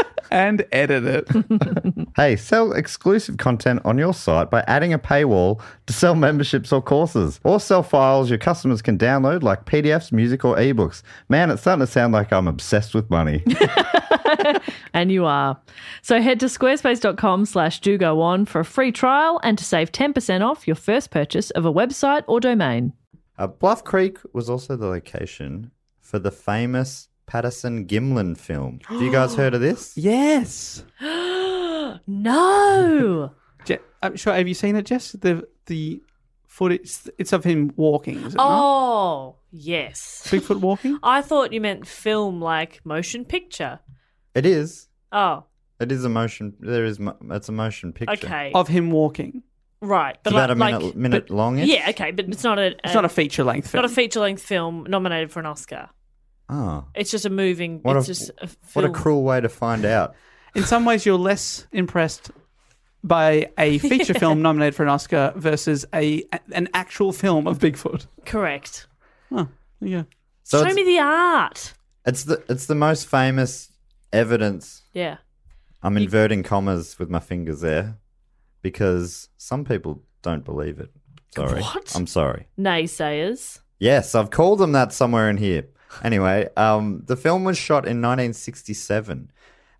C: And edit it.
E: hey, sell exclusive content on your site by adding a paywall to sell memberships or courses, or sell files your customers can download like PDFs, music, or ebooks. Man, it's starting to sound like I'm obsessed with money.
G: And you are. So head to squarespace.com slash do go on for a free trial and to save 10% off your first purchase of a website or domain.
E: Uh, Bluff Creek was also the location for the famous Patterson Gimlin film. Have you guys heard of this?
C: yes.
G: No!
C: Je- I'm sure. Have you seen it, Jess? The the footage. It's of him walking. Is it not?
D: Oh, yes.
C: Bigfoot walking.
D: I thought you meant film like motion picture.
E: It is.
D: Oh,
E: It is a motion. There is. Mo- it's a motion picture. Oh,
D: okay.
C: Of him walking.
D: right.
E: It's
D: But
E: about a
D: like,
E: minute,
D: like-
E: minute long.
D: Yeah, okay. But it's not a,
C: It's not a feature length film.
D: not a feature length film nominated for an Oscar.
E: Oh,
D: It's just a moving.
E: what
D: it's
E: a
D: just a
E: what
D: film.
E: a cruel way to find out.
C: In some ways, you're less impressed by a feature film nominated for an Oscar versus a an actual film of Bigfoot.
D: Correct.
C: Oh, yeah.
E: So
D: Show
E: it's,
D: me the art.
E: it's the it's the most famous evidence.
D: Yeah.
E: I'm inverting commas with my fingers there, because some people don't believe it. Sorry,
D: What?
E: I'm sorry.
D: Naysayers.
E: Yes, I've called them that somewhere in here. Anyway, um, the film was shot in 1967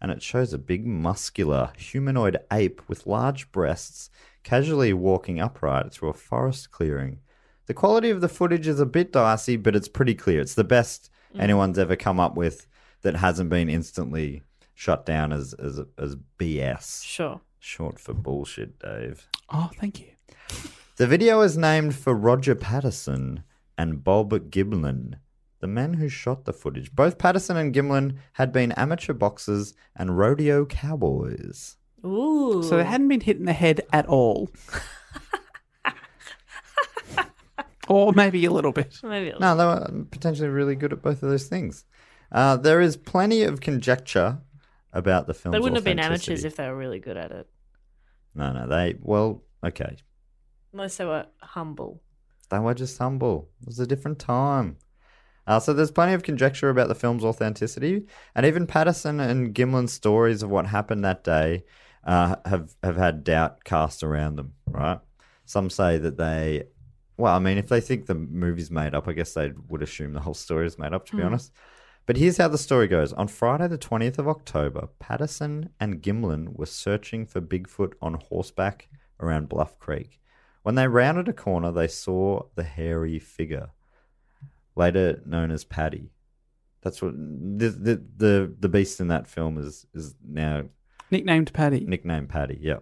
E: and it shows a big, muscular, humanoid ape with large breasts casually walking upright through a forest clearing. The quality of the footage is a bit dicey, but it's pretty clear. It's the best anyone's ever come up with that hasn't been instantly shut down as, as, as BS.
D: Sure.
E: Short for bullshit, Dave.
C: Oh, thank you.
E: The video is named for Roger Patterson and Bob Gimlin, the men who shot the footage. Both Patterson and Gimlin had been amateur boxers and rodeo cowboys.
D: Ooh.
C: So they hadn't been hit in the head at all. or maybe a little bit.
D: Maybe it'll-
E: No, they were potentially really good at both of those things. Uh, there is plenty of conjecture about the film.
D: they wouldn't have been amateurs if they were really good at it.
E: No, no, they. Well, okay.
D: Unless they were humble.
E: They were just humble. It was a different time. Uh, so there's plenty of conjecture about the film's authenticity, and even Patterson and Gimlin's stories of what happened that day uh, have have had doubt cast around them. Right? Some say that they Well, I mean, if they think the movie's made up, I guess they would assume the whole story is made up, to be honest. But here's how the story goes. On Friday, the 20th of October, Patterson and Gimlin were searching for Bigfoot on horseback around Bluff Creek. When they rounded a corner, they saw the hairy figure, later known as Paddy. That's what the the the, the beast in that film is is now
C: Nicknamed Paddy.
E: nicknamed Paddy. Yeah,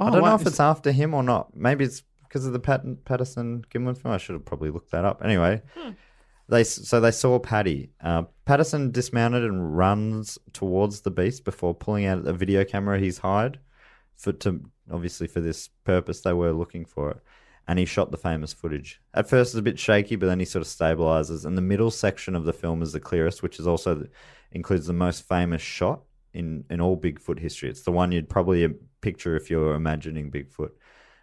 C: Oh,
E: I don't
C: wow.
E: know if it's after him or not. Maybe it's because of the Pat- Patterson Gimlin film. I should have probably looked that up. Anyway, they so they saw Paddy. Uh, Patterson dismounted and runs towards the beast before pulling out a video camera he's hired for to obviously for this purpose. They were looking for it. And he shot the famous footage. At first, it's a bit shaky, but then he sort of stabilizes. And the middle section of the film is the clearest, which is also the, includes the most famous shot in in all Bigfoot history. It's the one you'd probably uh, picture if you're imagining Bigfoot,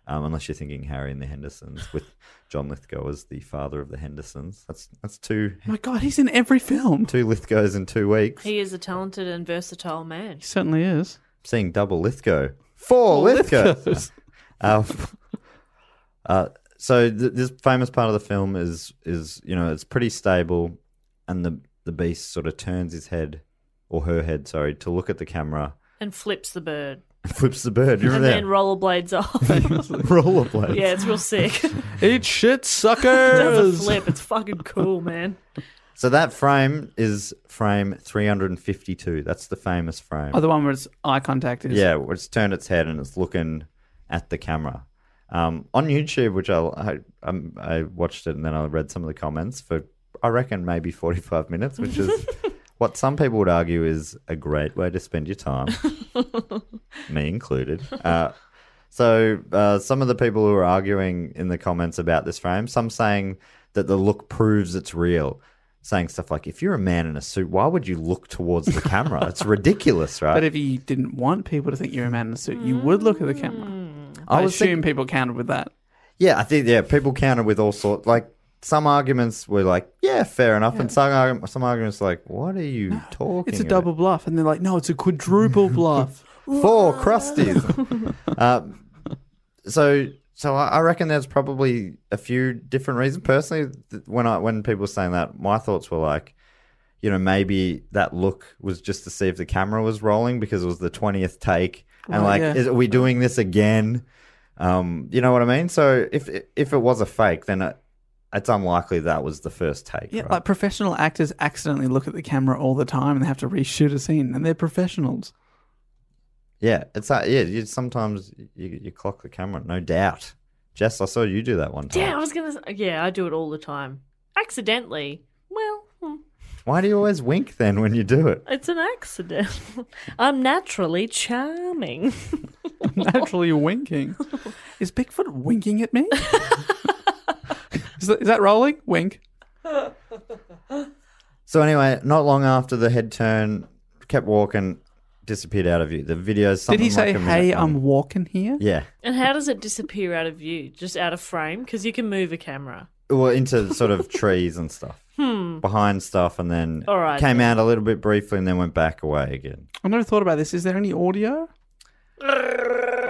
E: um, unless you're thinking Harry and the Hendersons with John Lithgow as the father of the Hendersons. That's that's two
C: My God, he's in every film.
E: two Lithgows in two weeks.
D: He is a talented and versatile man.
C: He certainly is.
E: Seeing double Lithgow, four Lithgows. Uh, uh, so th- this famous part of the film is is you know it's pretty stable, and the the beast sort of turns his head or her head, sorry, to look at the camera.
D: And flips the bird.
E: Flips the bird. You're
D: and
E: there.
D: then rollerblades off.
E: rollerblades.
D: yeah, it's real sick.
H: Eat shit,
D: Does a
H: suckers.
D: flip. It's fucking cool, man.
E: So that frame is frame 352. That's the famous frame.
C: Oh, the one where it's eye contact is.
E: yeah, where it's turned its head and it's looking at the camera. Um, on YouTube, which I, I, um, I watched it and then I read some of the comments for, I reckon, maybe 45 minutes, which is what some people would argue is a great way to spend your time, me included. Uh, so uh, some of the people who are arguing in the comments about this frame, some saying that the look proves it's real, saying stuff like, "If you're a man in a suit, why would you look towards the camera? It's ridiculous, right?"
C: But if you didn't want people to think you're a man in a suit, you would look at the camera.
E: I
C: I,
E: was
C: assume people countered with that.
E: yeah, I think yeah, people counter with all sorts. Like some arguments were like, "Yeah, fair enough," and some argu- some arguments were like, "What are you talking?"
C: It's a
E: about?
C: double bluff, and they're like, "No, it's a quadruple bluff."
E: four crusties. um, so, so I I reckon there's probably a few different reasons. Personally, th- when I when people were saying that, my thoughts were like, you know, maybe that look was just to see if the camera was rolling because it was the twentieth take, and
C: Right,
E: like,
C: yeah.
E: is, are we doing this again? Um, you know what I mean? So if if it was a fake, then it, it's unlikely that was the first take.
C: Yeah,
E: right?
C: like professional actors accidentally look at the camera all the time, and they have to reshoot a scene, and they're professionals.
E: Yeah, it's like yeah. You, sometimes you, you clock the camera, no doubt. Jess, I saw you do that one time.
D: Yeah, I was gonna. s- Yeah, I do it all the time. Accidentally. Well, hmm,
E: Why do you always wink then when you do it?
D: it's an accident. I'm naturally charming.
C: Naturally winking. Is Bigfoot winking at me? is, that, is that rolling? Wink.
E: So anyway, not long after the head turn, kept walking, disappeared out of view. The video's something
C: Did he say,
E: like a minute
C: "Hey,
E: long.
C: I'm walking here"?
E: Yeah.
D: And how does it disappear out of view? Just out of frame? Because you can move a camera.
E: Well, into sort of trees and stuff. Behind stuff and then
D: All right,
E: came out a little bit briefly and then went back away again.
C: I've never thought about this. Is there any audio?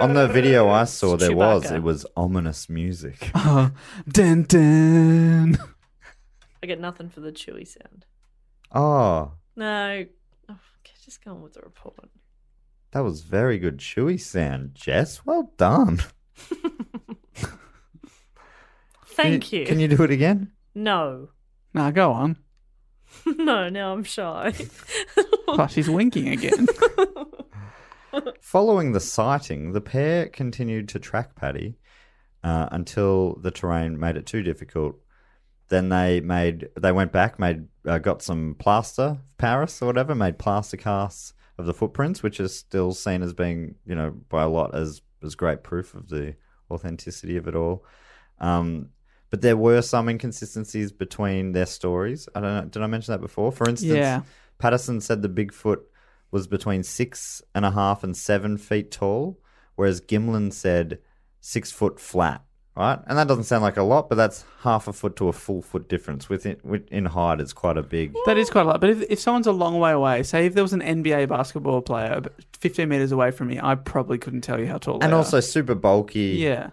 E: On the video I saw
D: It's
E: there was
D: Chewbacca.
E: it was ominous music.
C: Uh, dun dun.
D: I get nothing for the chewy sound.
E: oh,
D: No, oh, okay, just go on with the report.
E: that was very good chewy sound, Jess. Well done.
D: Thank
E: Can
D: you.
E: Can you do it again?
D: No,
C: Now go on.
D: no, now I'm shy.
C: Oh, she's winking again.
E: Following the sighting, the pair continued to track Paddy uh, until the terrain made it too difficult. Then they made they went back, made uh, got some plaster Paris or whatever, made plaster casts of the footprints, which is still seen as being you know by a lot as as great proof of the authenticity of it all. Um, but there were some inconsistencies between their stories. I don't know. Did I mention that before? For instance,
C: Yeah.
E: Patterson said the Bigfoot was between six and a half and seven feet tall, whereas Gimlin said six foot flat. Right, and that doesn't sound like a lot, but that's half a foot to a full foot difference. Within in height, it's quite a big.
C: That is quite a lot. But if, if someone's a long way away, say if there was an NBA basketball player ab- 15 meters away from me, I probably couldn't tell you how tall they
E: And
C: are.
E: also super bulky.
C: Yeah.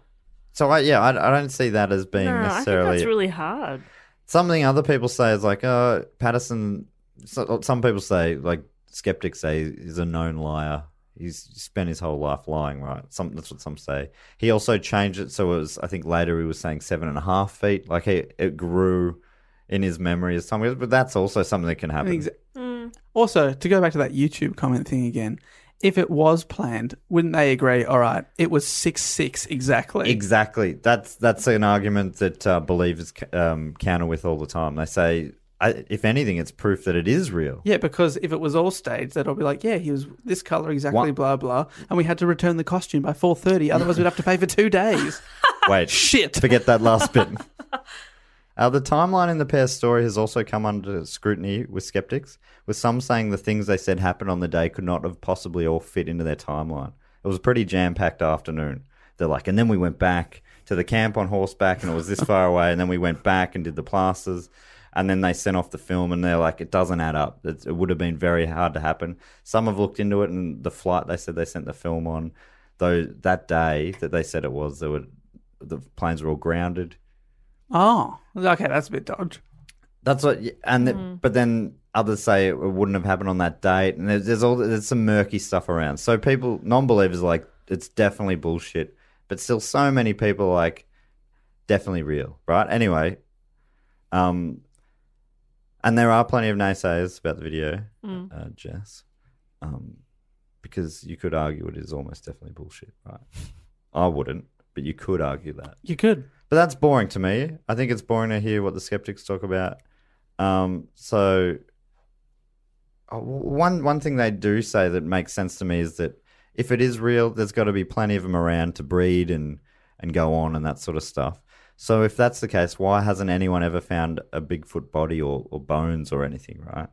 E: So I yeah, I, I don't see that as being
D: No, I think
E: necessarily
D: that's really hard.
E: something other people say is like, uh, Patterson. So, uh, some people say, like skeptics say, he's a known liar. He's spent his whole life lying, right? Some that's what some say. He also changed it, so it was. I think later he was saying seven and a half feet. Like he, it grew in his memory as time goes. But that's also something that can happen.
C: Exa- Also, to go back to that YouTube comment thing again, if it was planned, wouldn't they agree? All right, it was six six exactly.
E: Exactly. That's that's an argument that uh, believers c- um, counter with all the time. They say, I, if anything, it's proof that it is real.
C: yeah, because if it was all staged, that'll be like, yeah, he was this color exactly,
E: What?
C: blah blah, and we had to return the costume by four thirty, otherwise we'd have to pay for two days.
E: Wait,
C: Shit.
E: Forget that last bit. Uh, the timeline in the pair's story has also come under scrutiny with skeptics, with some saying the things they said happened on the day could not have possibly all fit into their timeline. It was a pretty jam packed afternoon. They're like, and then we went back to the camp on horseback and it was this far away, and then we went back and did the plasters. And then they sent off the film, and they're like, it doesn't add up. It, it would have been very hard to happen. Some have looked into it, and the flight they said they sent the film on, though that day that they said it was, there were the planes were all grounded.
C: Oh, okay, that's a bit dodge.
E: That's what, and th- but then others say it wouldn't have happened on that date, and there's, there's all there's some murky stuff around. So people, non-believers, are like it's definitely bullshit, but still, so many people are like definitely real, right? Anyway, um, and there are plenty of naysayers about the video, uh, Jess, um, because you could argue it is almost definitely bullshit, right? I wouldn't, but you could argue that.
C: You could.
E: But that's boring to me. I think it's boring to hear what the skeptics talk about. Um, so uh, w- one one thing they do say that makes sense to me is that if it is real, there's got to be plenty of them around to breed and and go on and that sort of stuff. So if that's the case, why hasn't anyone ever found a Bigfoot body or, or bones or anything, right?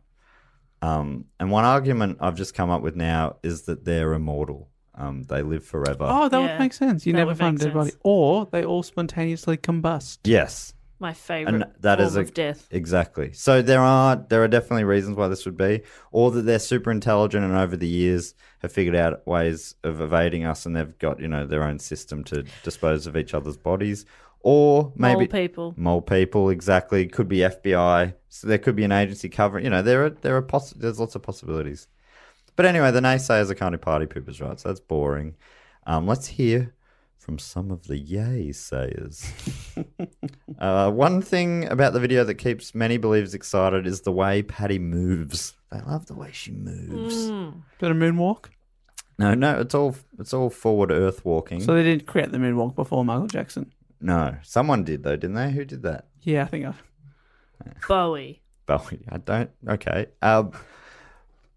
E: Um, and one argument I've just come up with now is that they're immortal. Um, they live forever.
C: Oh, that
D: Yeah,
C: would make sense. You
D: that
C: never
D: would
C: find a
D: make
C: dead body,
D: sense.
C: or they all spontaneously combust.
E: Yes.
D: My
E: and
D: favorite
E: that is
D: form
E: a,
D: of death.
E: exactly so there are there are definitely reasons why this would be or that they're super intelligent and over the years have figured out ways of evading us and they've got you know their own system to dispose of each other's bodies or maybe
D: Mole people.
E: mole people exactly could be fbi so there could be an agency covering you know there are there are poss- there's lots of possibilities but anyway the naysayers are kind of party poopers right so that's boring um, let's hear from some of the yay sayers uh, one thing about the video that keeps many believers excited is the way Patty moves. They love the way she moves.
C: Did a moonwalk?
E: No, no, it's all it's all forward Earth walking.
C: So they didn't create the moonwalk before Michael Jackson.
E: no, someone did though, didn't they? Who did that?
C: Yeah, I think I've.
D: Bowie.
E: Bowie. I don't. Okay. Um,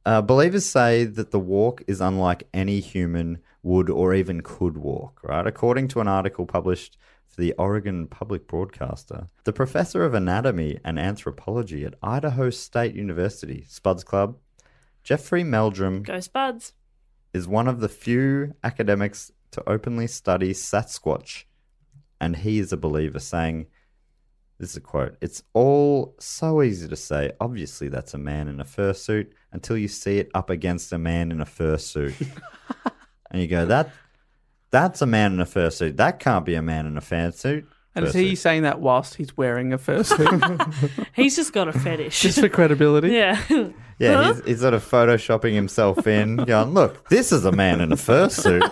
E: uh, believers say that the walk is unlike any human would or even could walk, right? According to an article published for the Oregon Public Broadcaster, the professor of anatomy and anthropology at Idaho State University, Spuds Club, Jeffrey Meldrum,
D: Go Spuds.
E: is one of the few academics to openly study Sasquatch, and he is a believer, saying, This is a quote It's all so easy to say. Obviously, that's a man in a fursuit until you see it up against a man in a fursuit. and you go, That. That's a man in a fursuit. That can't be a man in a fursuit.
C: And is he
E: Fursuit.
C: saying that whilst he's wearing a fursuit
D: He's just got a fetish.
C: just for credibility?
D: yeah.
E: Yeah, he's, he's sort of photoshopping himself in, going, "Look, this is a man in a fursuit."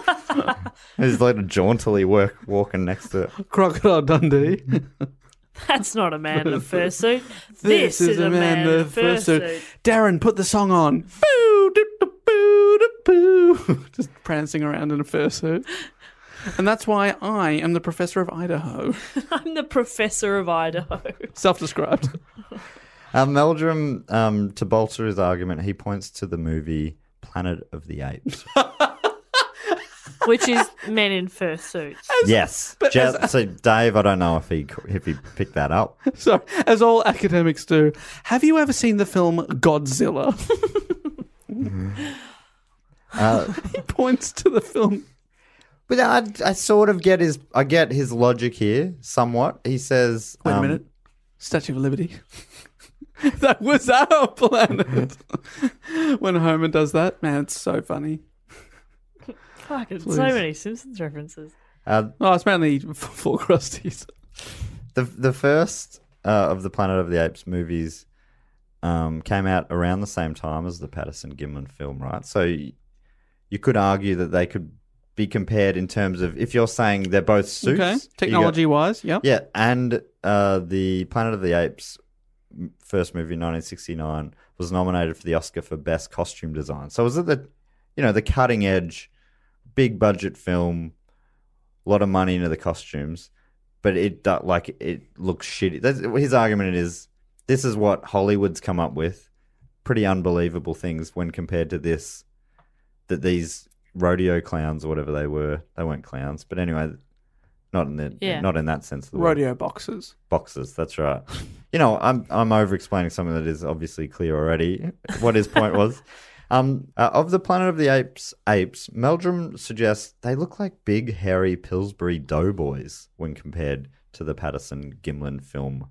E: he's like jauntily work, walking next to
C: Crocodile Dundee.
D: That's not a man in a fursuit. This, is, a man in a fursuit.
C: Darren, put the song on. Boo, doo, doo, boo, doo, boo. Just prancing around in a fursuit. And that's why I am the professor of Idaho,
D: I'm the professor of Idaho.
C: self-described.
E: Uh, Meldrum, um, to bolster his argument, he points to the movie Planet of the Apes.
D: Which is men in fursuits.
E: yes. Je- so, Dave, I don't know if he if he picked that up.
C: So, as all academics do, have you ever seen the film Godzilla?
E: Uh,
C: he points to the film.
E: but I, I sort of get his I get his logic here somewhat. He says,
C: Wait a
E: um,
C: minute. Statue of Liberty. that was our planet. when Homer does that, man, it's so funny.
D: Fucking
C: Please.
D: so many Simpsons references.
E: Uh,
C: oh, it's mainly f- four crusties.
E: the the first uh, of the Planet of the Apes movies um, came out around the same time as the Patterson Gimlin film, right? So y- you could argue that they could be compared in terms of if you're saying they're both suits,
C: Okay,
E: you got-
C: technology wise, yeah.
E: yeah, and uh, the Planet of the Apes m- first movie in 1969 was nominated for the Oscar for best costume design. So it was at the you know the cutting edge, big budget film, a lot of money into the costumes, but it do- like it looks shitty. That's, his argument is this is what Hollywood's come up with, pretty unbelievable things when compared to this that these rodeo clowns or whatever they were they weren't clowns but anyway not in the
D: Yeah.
E: not in that sense of the word
C: Rodeo boxes.
E: boxes. That's right. You know, I'm I'm over explaining something that is obviously clear already. What his point was. Um, uh, of the Planet of the Apes, apes, Meldrum suggests they look like big, hairy Pillsbury doughboys when compared to the Patterson Gimlin film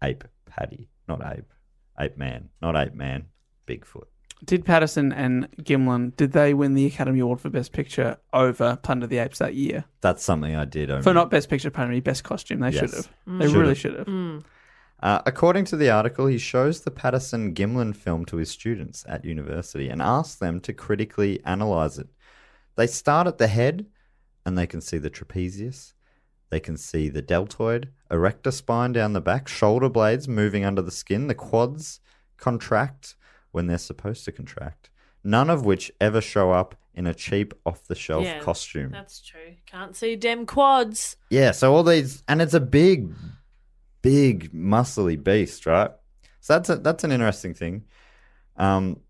E: Ape Patty. Not ape, ape man, not ape man, Bigfoot.
C: Did Patterson and Gimlin did they win the Academy Award for Best Picture over Planet of the Apes that year?
E: That's something I did. Omid.
C: For not Best Picture, pardon me, Best Costume. They
E: Mm. Yes.
C: should have. They
E: Should
C: really
E: have.
C: should have.
E: Uh, according to the article, he shows the Patterson Gimlin film to his students at university and asks them to critically analyze it. They start at the head and they can see the trapezius, they can see the deltoid, erector spine down the back, shoulder blades moving under the skin, the quads contract when they're supposed to contract, none of which ever show up in a cheap off the shelf
D: Yeah,
E: costume.
D: That's true. Can't see dem quads.
E: Yeah, so all these, and it's a big, big, muscly beast, right? So that's a, that's an interesting thing. Um,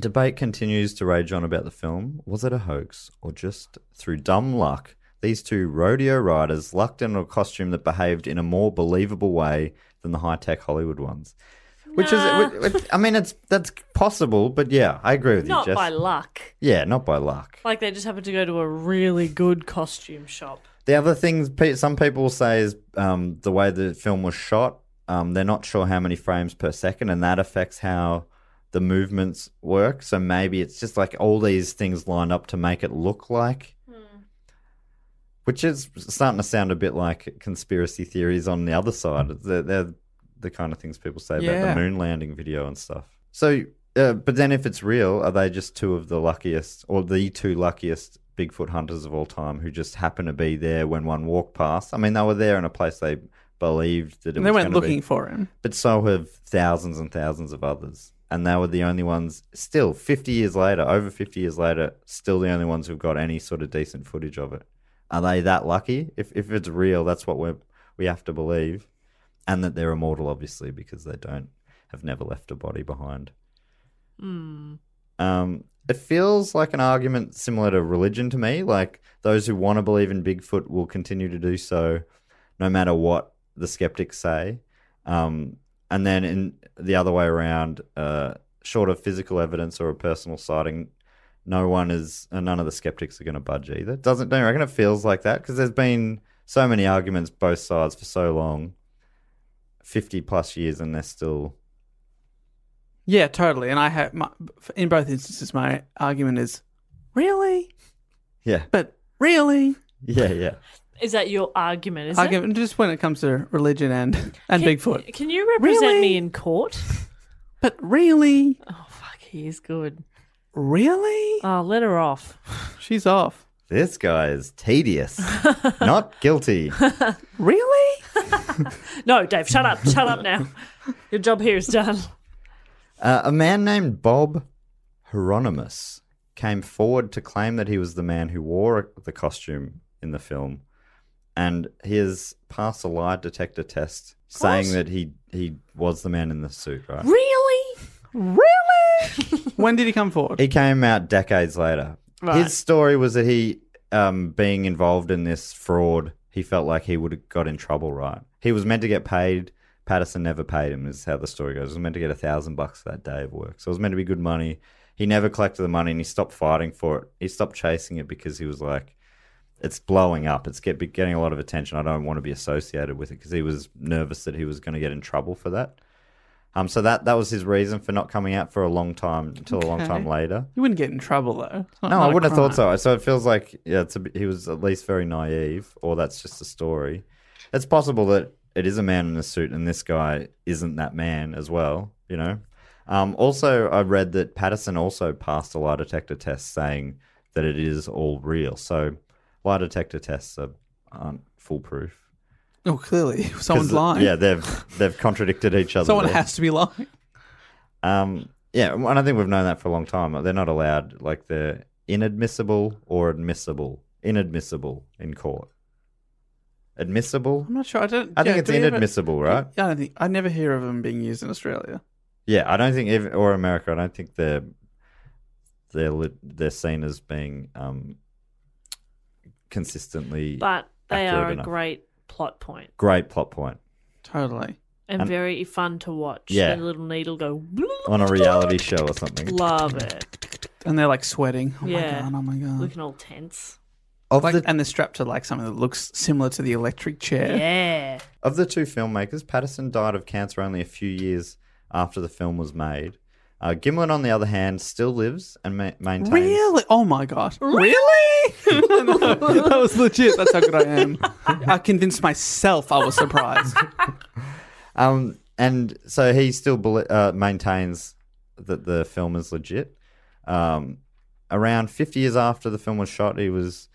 E: debate continues to rage on about the film. Was it a hoax, or just through dumb luck, these two rodeo riders lucked into a costume that behaved in a more believable way than the high tech Hollywood ones? Which
D: Nah.
E: is, which- which- I mean, it's that's possible, but yeah, I agree with
D: Not
E: you, Jess.
D: by luck.
E: Yeah, not by luck.
D: Like they just happened to go to a really good costume shop.
E: The other things pe- some people say is um, the way the film was shot. Um, they're not sure how many frames per second, and that affects how the movements work. So maybe it's just like all these things lined up to make it look like,
C: Hmm.
E: which is starting to sound a bit like conspiracy theories on the other side. They're, they're the kind of things people say
C: Yeah.
E: about the moon landing video and stuff. So, uh, but then if it's real, are they just two of the luckiest or the two luckiest Bigfoot hunters of all time who just happen to be there when one walked past? I mean, they were there in a place they believed that it
C: And they
E: was
C: went
E: gonna
C: looking
E: be,
C: for him.
E: but so have thousands and thousands of others. And they were the only ones, still 50 years later, over 50 years later, still the only ones who've got any sort of decent footage of it. Are they that lucky? If, if it's real, that's what we're, we have to believe. And that they're immortal, obviously, because they don't have never left a body behind. Um, it feels like an argument similar to religion to me. Like those who want to believe in Bigfoot will continue to do so, no matter what the skeptics say. Um, and then in the other way around, uh, short of physical evidence or a personal sighting, no one is, and none of the skeptics are going to budge either. Doesn't don't you reckon it feels like that? Because there's been so many arguments both sides for so long, fifty plus years, and they're still
C: Yeah, totally. And I have my, in both instances, my argument is really,
E: yeah,
C: but really
E: yeah, yeah.
D: Is that your argument? Is
C: argument just when it comes to religion and
D: it?
C: and
D: Can-
C: Bigfoot.
D: Can you represent
C: Really?
D: me in court?
C: But really,
D: Oh fuck, he is good.
C: really,
D: Oh, let her off.
C: she's off.
E: This guy is tedious. Not guilty.
C: Really?
D: No, Dave, shut up. Shut up now. Your job here is done.
E: Uh, a man named Bob Hieronymus came forward to claim that he was the man who wore the costume in the film, and he has passed a lie detector test saying that he he was the man in the suit. Right?
D: Really?
C: when did he come forward?
E: He came out decades later. His story was that he, um, being involved in this fraud, he felt like he would have got in trouble. Right? He was meant to get paid. Patterson never paid him. Is how the story goes. He was meant to get a thousand bucks that day of work, so it was meant to be good money. He never collected the money, and he stopped fighting for it. He stopped chasing it because he was like, "It's blowing up. It's get, getting a lot of attention. I don't want to be associated with it." Because he was nervous that he was going to get in trouble for that. Um, so that that was his reason for not coming out for a long time until a long time
C: Okay.
E: later.
C: You wouldn't get in trouble though. It's not-
E: No,
C: not
E: I
C: a
E: wouldn't have thought so.
C: crime.
E: So it feels like yeah, it's a, bit- he was at least very naive, or that's just a story. It's possible that it is a man in a suit, and this guy isn't that man as well. You know. Um, also, I read that Patterson also passed a lie detector test, saying that it is all real. So lie detector tests are, aren't foolproof.
C: Oh, clearly someone's
E: 'Cause,
C: lying.
E: uh, Yeah, they've they've contradicted each other.
C: someone
E: there.
C: has to be lying.
E: Um, yeah, and I think we've known that for a long time. They're not allowed, like they're inadmissible or admissible. Inadmissible in court. Admissible?
C: I'm not sure. I don't.
E: I think
C: yeah,
E: it's
C: do we ever-
E: inadmissible, right?
C: Yeah, I don't think I never hear of them being used in Australia.
E: Yeah, I don't think, if, or America, I don't think they're they're lit, they're seen as being um, consistently
D: But they
E: accurate
D: are a
E: enough.
D: great plot point
E: great plot point
C: Totally.
D: and,
E: And-
D: very fun to watch.
E: Yeah.
D: The little needle go.
E: on a reality show or something.
D: Love it.
C: And they're like sweating. Oh
D: yeah.
C: my god! Oh my god!
D: Looking all tense.
E: Of
C: Like,
E: the
C: and they're strapped to like something that looks similar to the electric chair.
D: Yeah.
E: Of the two filmmakers, Patterson died of cancer only a few years after the film was made. Uh, Gimlin, on the other hand, still lives and ma- maintains.
C: Really? Oh my god! Really? that was legit. That's how good I am. I convinced myself I was surprised.
E: Um, and so he still bel uh, maintains that the film is legit. Um, around 50 years after the film was shot, he was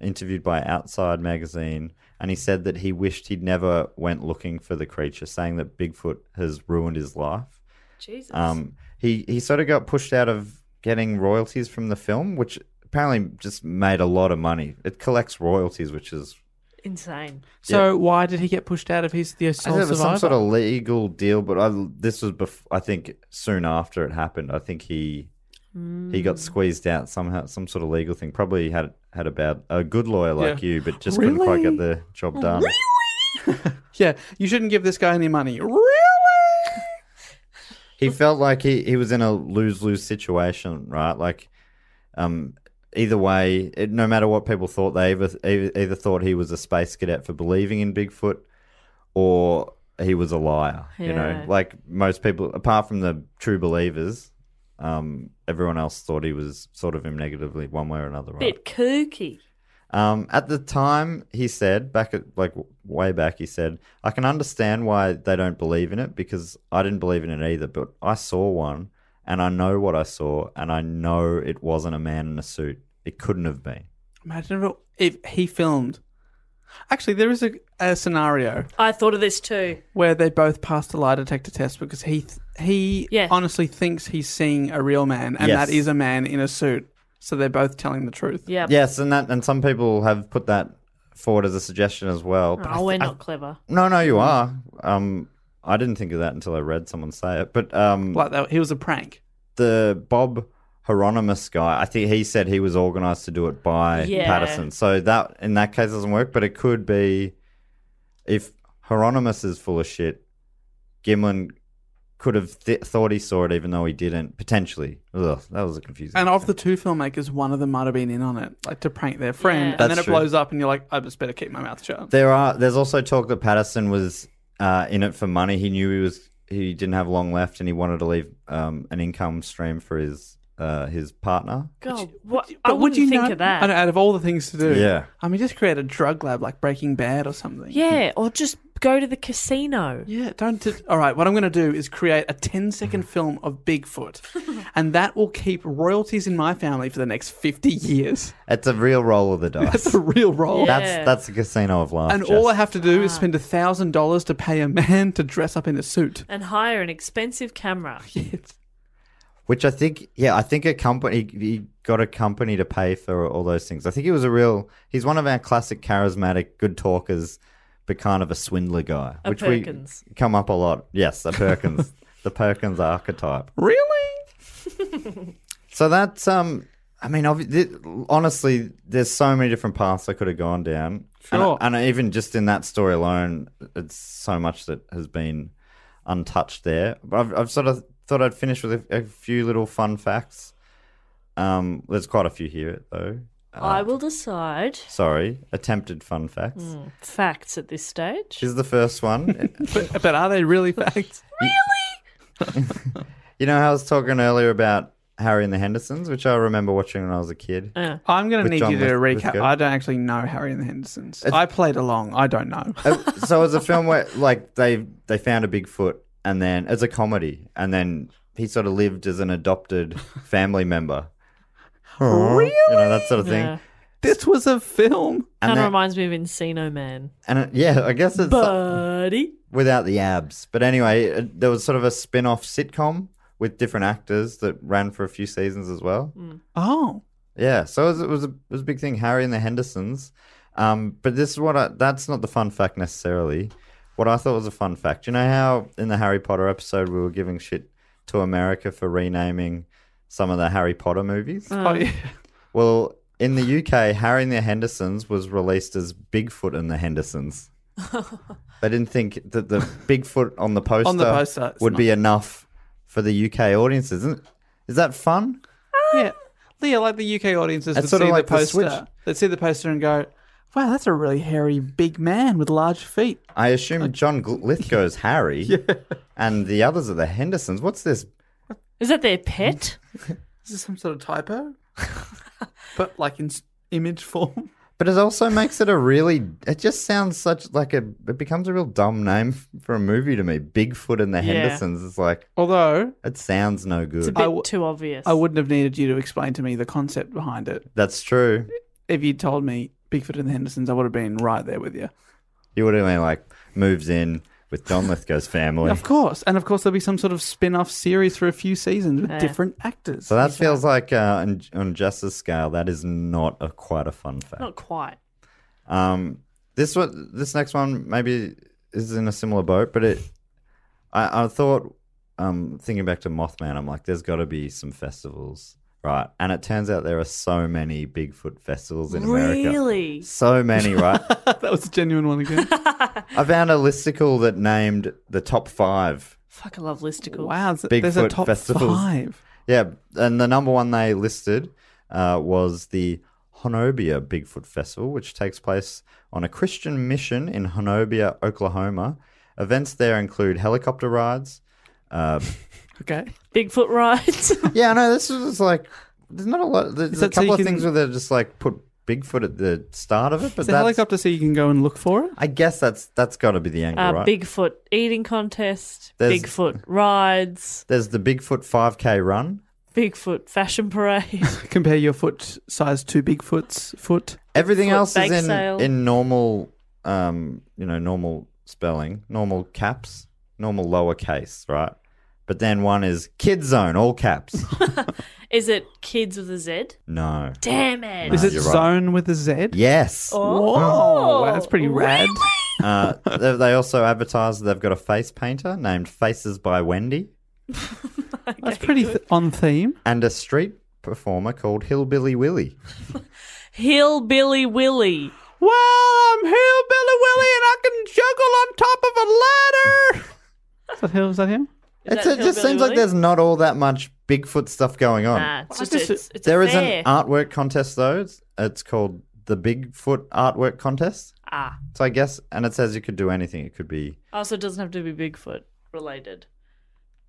E: interviewed by Outside magazine, and he said that he wished he'd never went looking for the creature, saying that Bigfoot has ruined his life.
D: Jesus.
E: Um, he he sort of got pushed out of getting royalties from the film, which apparently just made a lot of money. It collects royalties, which is
D: Insane.
C: So why did he get pushed out of his the
E: I think
C: sole
E: there was some
C: survivor?
E: sort of legal deal, but I, this was bef- I think soon after it happened. I think he he
C: Hmm.
E: got squeezed out somehow, some sort of legal thing. Probably had had a bad a good lawyer like
C: Yeah.
E: you, but just couldn't quite get the job done.
C: Yeah, you shouldn't give this guy any money. Really?
E: he felt like he, he was in a lose lose situation, right? Like, um, either way, it, no matter what people thought, they either, either either thought he was a space cadet for believing in Bigfoot, or he was a liar. You know,
D: Yeah.
E: like most people, apart from the true believers, um, everyone else thought he was sort of him negatively one way or another. Right?
D: Bit kooky.
E: Um, at the time, he said back at like w- way back, he said, "I can understand why they don't believe in it because I didn't believe in it either. But I saw one, and I know what I saw, and I know it wasn't a man in a suit. It couldn't have been."
C: Imagine if, if he filmed. Actually, there is a, a scenario
D: I thought of this too.
C: where they both passed a lie detector test because he th- he
D: Yeah.
C: honestly thinks he's seeing a real man, and
E: Yes.
C: that is a man in a suit. So they're both telling the truth.
D: Yeah.
E: Yes, and that and some people have put that forward as a suggestion as well. but I
D: Oh,
E: thi-
D: we're
E: I-
D: not clever.
E: no, no, you are. Um, I didn't think of that until I read someone say it, but um,
C: Like that, he was a prank.
E: the Bob Hieronymus guy, I think he said he was organised to do it by
D: Yeah.
E: Patterson. So that in that case doesn't work, but it could be if Hieronymus is full of shit, Gimlin could have th- thought he saw it even though he didn't. Potentially, Ugh, that was a confusing.
C: And of the two filmmakers, one of them might have been in on it, like to prank their
D: Yeah.
C: friend, and then
E: That's
C: it
E: true.
C: blows up, and you're like, I just better keep my mouth shut.
E: There are. There's also talk that Patterson was uh, in it for money. He knew he was. He didn't have long left, and he wanted to leave um, an income stream for his uh, his partner.
D: God, what? I wouldn't think
C: know-
D: of that.
C: I know, out of all the things to do,
E: Yeah.
C: I mean, just create a drug lab like Breaking Bad or something.
D: Yeah, or just go to the casino.
C: Yeah, don't. T- All right, what I'm going to do is create a 10 second film of Bigfoot, and that will keep royalties in my family for the next 50 years.
E: It's a real roll of the dice.
C: That's a real role.
D: Yeah.
E: That's that's the casino of life.
C: And all I
E: Jess.
C: have to do is spend $1,000 to pay a man to dress up in a suit.
D: And hire an expensive camera.
C: It's-
E: which I think, yeah, I think a company he got a company to pay for all those things. I think he was a real. He's one of our classic charismatic, good talkers, but kind of a swindler guy,
D: A
E: which
D: Perkins.
E: we come up a lot. Yes, a Perkins, the Perkins archetype.
C: Really?
E: So that's um. I mean, obvi- th- honestly, there's so many different paths I could have gone down, And I-
C: Sure.
E: and, I- even just in that story alone, it's so much that has been untouched there. But I've, I've sort of thought I'd finish with a, a few little fun facts. Um, there's quite a few here though.
D: I will decide
E: Sorry, attempted fun facts.
C: Hmm.
D: facts at this stage.
E: Here's the first one.
C: But, but are they really facts?
E: You know how I was talking earlier about Harry and the Hendersons, which I remember watching when I was a kid.
C: I'm going to
E: With
C: need
E: John
C: you to
E: Lithgow.
C: recap. I don't actually know Harry and the Hendersons. I played along. I don't know.
E: Uh, so it's a film where like they they found a Bigfoot and then it's a comedy and then he sort of lived as an adopted family member.
D: Really?
E: You know, that sort of thing.
D: Yeah.
C: This was a film.
D: Kind
E: And,
D: of
E: that-
D: reminds me of Encino Man.
E: and it- yeah, I guess it's
D: Buddy.
E: without the abs. But anyway, it, there was sort of a spin-off sitcom with different actors that ran for a few seasons as well.
C: Oh,
E: Yeah, so it was, it was a it was a big thing. Harry and the Hendersons. Um, but this is what I, that's not the fun fact necessarily. What I thought was a fun fact. You know how in the Harry Potter episode we were giving shit to America for renaming some of the Harry Potter movies.
C: oh yeah.
E: Well, in the UK, Harry and the Hendersons was released as Bigfoot and the Hendersons. they didn't think that the Bigfoot on the poster,
C: On the poster, it's
E: would
C: not-
E: be enough for the UK audiences. Isn't, is that fun?
C: yeah. Yeah, like the UK audiences
E: It's
C: would
E: sort
C: see
E: of like
C: the
E: the
C: poster.
E: Switch.
C: they'd see the poster and go, wow, that's a really hairy big man with large feet.
E: I assume John Gl- Lithgow's Harry, and the others are the Hendersons. What's this?
D: Is that their
E: Mm-hmm.
D: pet?
C: Is this some sort of typo? but like in s- image form?
E: But it also makes it a really. It just sounds such like a. It becomes a real dumb name for a movie to me. Bigfoot and the
D: Yeah.
E: Hendersons. It's like
C: Although,
E: it sounds no
D: It's a
E: good.
D: bit
C: w-
D: too obvious.
C: I wouldn't have needed you to explain to me the concept behind it.
E: That's true.
C: If you'd told me Bigfoot and the Hendersons, I would have been right there with you.
E: You would have been like moves in with John Lithgow's family.
C: Of course. And of course, there'll be some sort of spin off series for a few seasons with
D: Yeah.
C: different actors.
E: So that feels like uh, on, on Jess's scale, that is not a quite a fun fact.
D: Not quite.
E: Um, this one, this next one maybe is in a similar boat, but it. I, I thought, um, thinking back to Mothman, I'm like, there's got to be some festivals, right? And it turns out there are so many Bigfoot festivals in America.
D: Really?
E: So many, right?
C: that was a genuine one again.
E: I found a listicle that named the top five.
D: Fuck, I love listicles.
C: wow. th-
E: Bigfoot
C: There's a top
E: festivals.
C: five.
E: Yeah, and the number one they listed uh, was the Honobia Bigfoot Festival, which takes place on a Christian mission in Honobia, Oklahoma. Events there include helicopter rides. Uh,
C: Okay.
D: Bigfoot rides.
E: yeah, no, this is just like there's not a lot. There's
C: Is
E: a
C: that so
E: couple
C: you
E: of
C: can-
E: things where they just like put Bigfoot at the start of it, but
C: It's a
E: that's,
C: helicopter so you can go and look for it.
E: I guess that's that's got to be the angle,
D: uh,
E: right?
D: Bigfoot eating contest.
E: There's-
D: Bigfoot rides.
E: There's the Bigfoot 5K run.
D: Bigfoot fashion parade.
C: Compare your foot size to Bigfoot's foot.
E: Everything
D: Foot
E: else
D: bake
E: is in
D: sale.
E: in normal, um, you know, normal spelling, normal caps, normal lowercase, right? But then one is Kid Zone, all caps.
D: Is it kids with a Z?
E: no.
D: Damn it.
E: No,
C: Is it
E: you're right. Oh.
C: zone with a Z?
E: Yes.
D: Oh.
C: Whoa, that's pretty rad.
E: Uh, they, they also advertise that they've got a face painter named Faces by Wendy
C: That's pretty th- on theme.
E: and a street performer called Hillbilly Willie.
D: Hillbilly
E: Um,
D: Willy.
C: Well, I'm Um, Hillbilly Willie and I can juggle on top of a ladder. is, that him? is that him?
E: It's, it
D: that
E: just
D: Hillbilly
E: seems like
D: Willie?
E: there's not all that much Bigfoot stuff going on.
D: Nah, it's
C: I
D: just,
C: just-
D: it's, it's
E: There
D: a
E: is
D: fair.
E: an um, artwork contest though. It's, it's called the Bigfoot Artwork Contest.
D: ah.
E: So I guess, and it says you could do anything. It could be.
D: Also, it doesn't have to be Bigfoot related.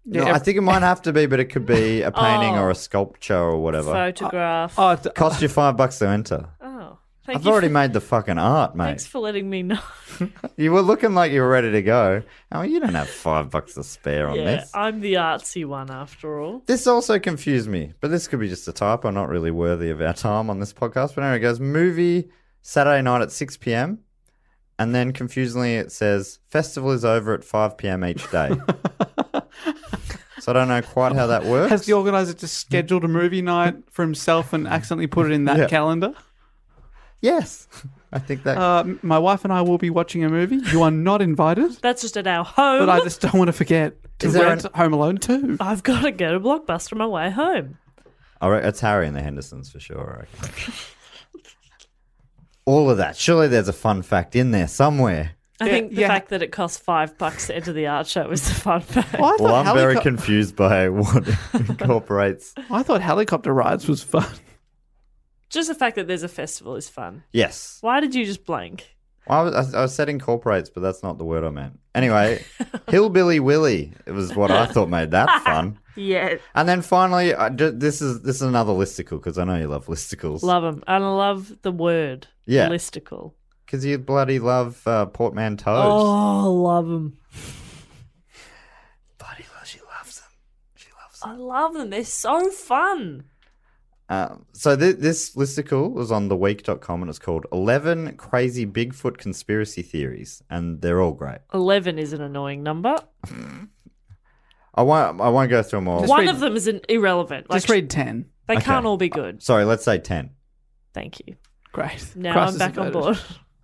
E: no, I think it might have to be, but it could be a painting
D: Oh.
E: or a sculpture or whatever.
D: Photograph.
C: Oh, d-
E: Cost you five bucks to enter.
D: oh, thank
E: I've
D: you.
E: already
D: for,
E: made the fucking art, mate.
D: Thanks for letting me know.
E: You were looking like you were ready to go. I mean, you don't have five bucks to spare on
D: yeah,
E: this.
D: I'm the artsy one after all.
E: This also confused me, but this could be just a typo, not really worthy of our time on this podcast. But anyway, it goes movie Saturday night at 6 p.m. And then confusingly, it says festival is over at 5 p.m. each day. so I don't know quite how that works.
C: has the organizer just scheduled a movie night for himself and accidentally put it in that
E: Yeah.
C: calendar?
E: yes. I think that.
C: Uh, m- my wife and I will be watching a movie. You are not invited,
D: That's just at our home.
C: but I just don't want to forget to
E: Is there
C: rent
E: an-
C: Home Alone too.
D: I've got to go to Blockbuster on my way home.
E: All right, it's Harry and the Hendersons for sure. I reckon. All of that. Surely there's a fun fact in there somewhere.
D: I
C: Yeah,
D: think the
C: yeah.
D: fact that it costs five bucks to enter the art show is the fun fact.
C: Well, I,
E: Well,
C: thought
E: I'm very
C: helico-
E: confused by what incorporates.
C: I thought helicopter rides was fun.
D: Just the fact that there's a festival is fun.
E: Yes.
D: Why did you just blank?
E: I, was, I said incorporates, but that's not the word I meant. Anyway, Hillbilly Willie it was what I thought made that fun.
D: Yeah.
E: And then finally, I ju- this is this is another listicle because I know you love listicles.
D: Love them. And I love the word.
E: Yeah.
D: Listicle.
E: Because you bloody love uh, portmanteaus.
D: Oh, love them.
E: Bloody well, she loves them. She loves
D: I love them. They're so fun.
E: Um, so th- this listicle was on theweek.com and it's called 11 Crazy Bigfoot Conspiracy Theories and they're all great.
D: 11 is an annoying number.
E: I won't I won't go through them all.
D: One of them is an irrelevant. Like,
C: Just read 10.
D: They
E: Okay.
D: can't all be good.
E: Sorry, let's say 10.
D: Thank you.
C: Great.
D: Now
C: Crisis
D: I'm back on
C: averted.
D: board.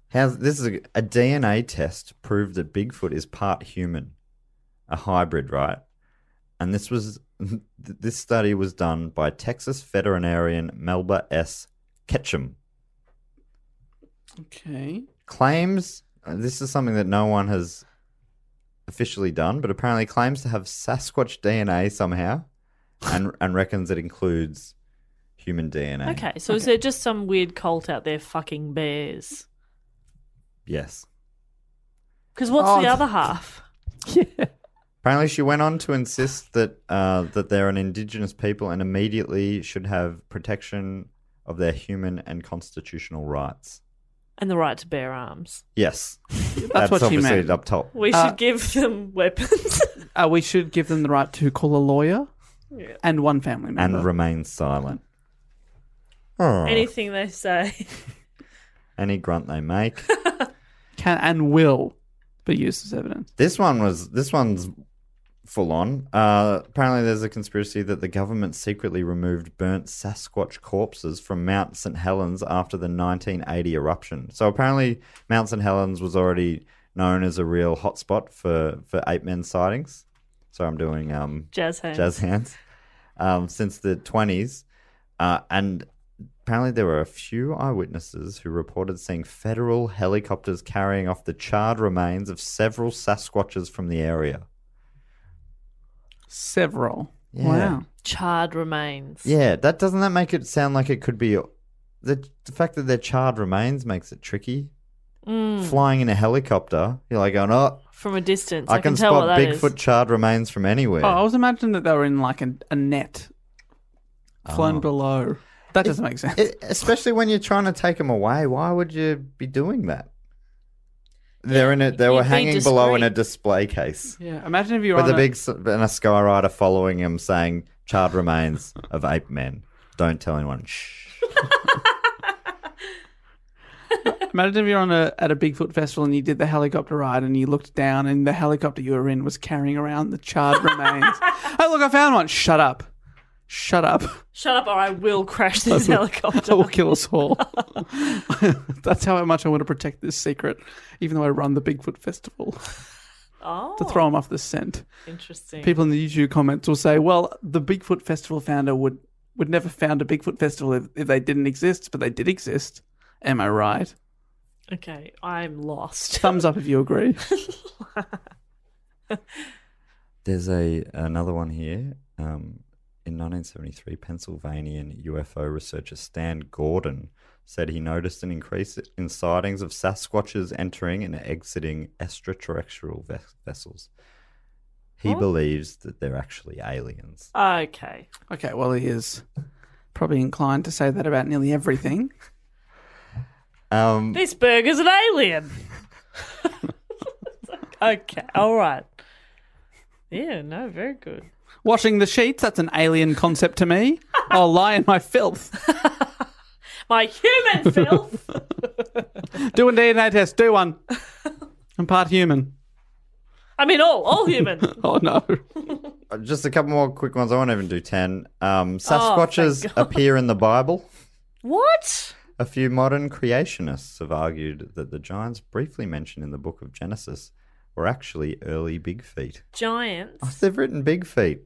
E: How's this is a, a DNA test proved that Bigfoot is part human, a hybrid, right? And this was this study was done by Texas veterinarian Melba S. Ketchum.
C: Okay.
E: claims uh, this is something that no one has officially done, but apparently claims to have Sasquatch DNA somehow, and and reckons it includes human DNA.
D: Okay, so is there just some weird cult out there fucking bears?
E: Yes.
D: Because what's
C: Oh,
D: the
C: th-
D: other half?
E: Apparently, she went on to insist that uh, that they're an indigenous people and immediately should have protection of their human and constitutional rights.
D: And the right to bear arms.
E: Yes, that's,
C: what she
E: obviously
C: meant.
E: up top.
D: We
C: Uh,
D: should give them weapons.
C: Uh, we should give them the right to call a lawyer and one family member.
E: And remain silent. Oh, any,
D: Anything they say.
E: grunt they make.
C: can and will be used as evidence.
E: This one was this one's full on. Uh, apparently, there's a conspiracy that the government secretly removed burnt Sasquatch corpses from Mount St Helens after the 1980 eruption. So apparently, Mount St Helens was already known as a real hotspot for for ape men sightings. So I'm doing um,
D: Jazz hands.
E: jazz hands um, since the 20s. Uh, and apparently, there were a few eyewitnesses who reported seeing federal helicopters carrying off the charred remains of several Sasquatches from the area.
C: Several.
E: Yeah.
C: Wow.
D: Charred remains.
E: Yeah, that doesn't that make it sound like it could be the, the fact that they're charred remains makes it tricky.
D: Mm.
E: Flying in a helicopter, you're like, going, oh,
D: From a distance.
E: I,
D: I,
E: can,
D: tell what
E: spot
D: that is.
E: Bigfoot charred remains from anywhere.
C: Oh, I was imagining that they were in like a, a net flown
E: Oh.
C: below. That doesn't make sense.
E: It- E, especially when you're trying to take them away. Why would you be doing that? They're in it. They
D: You'd
E: were
D: be
E: hanging below in a
D: discreet.
E: display case
C: yeah. Imagine if you were
E: with
C: on
E: a
C: a,
E: big s- and a skyrider following him, saying, "Charred remains of ape men. Don't tell anyone." Shh.
C: Imagine if you're on a at a Bigfoot festival and you did the helicopter ride and you looked down and the helicopter you were in was carrying around the charred remains. Oh look, I found one. Shut up. Shut up.
D: Shut up or I will crash this
C: I will
D: helicopter.
C: kill us all. That's how much I want to protect this secret, even though I run the Bigfoot festival
D: Oh,
C: to throw him off the scent.
D: interesting.
C: People in the YouTube comments will say, "Well, the Bigfoot festival founder would would never found a Bigfoot festival if, if they didn't exist, but they did exist." Am I right?
D: Okay, I'm lost.
C: Thumbs up if you agree.
E: There's a another one here. Um, in 1973, Pennsylvanian UFO researcher Stan Gordon said he noticed an increase in sightings of Sasquatches entering and exiting extraterrestrial ves- vessels. He believes that they're actually aliens.
D: Okay.
C: Okay, well, he is probably inclined to say that about nearly everything.
E: Um,
D: This burger's an alien. okay, all right. Yeah, no, very good.
C: Washing the sheets, that's an alien concept to me. I'll lie in my filth.
D: My human filth.
C: Do a DNA test, do one. I'm part human.
D: I mean, all, all human.
C: Oh, no.
E: just a couple more quick ones. I won't even do 10. Um, Sasquatches appear in the Bible.
D: What?
E: A few modern creationists have argued that the giants briefly mentioned in the book of Genesis were actually early Big Feet. Oh,
D: Giants?
E: they've written Big Feet.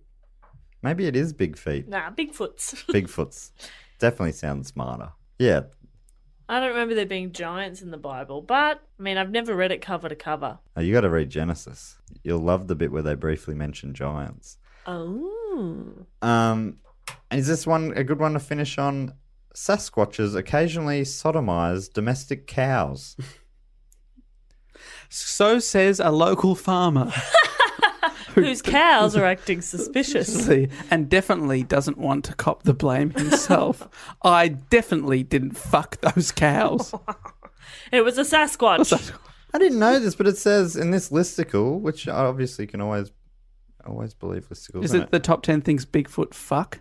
E: Maybe it is Big Feet.
D: Nah, Bigfoots.
E: Bigfoots. Definitely sounds smarter. Yeah.
D: I don't remember there being giants in the Bible, but I mean, I've never read it cover to cover.
E: Oh, you got to read Genesis. You'll love the bit where they briefly mention giants.
D: Oh.
E: Um, and is this one a good one to finish on? Sasquatches occasionally sodomize domestic cows.
C: So says a local farmer.
D: Whose cows are acting suspicious.
C: See, and definitely doesn't want to cop the blame himself. I definitely didn't fuck those cows.
D: It was a Sasquatch.
E: I didn't know this, but it says in this listicle, which I obviously can always always believe listicles.
C: Is
E: isn't
C: it the top 10 things Bigfoot fuck?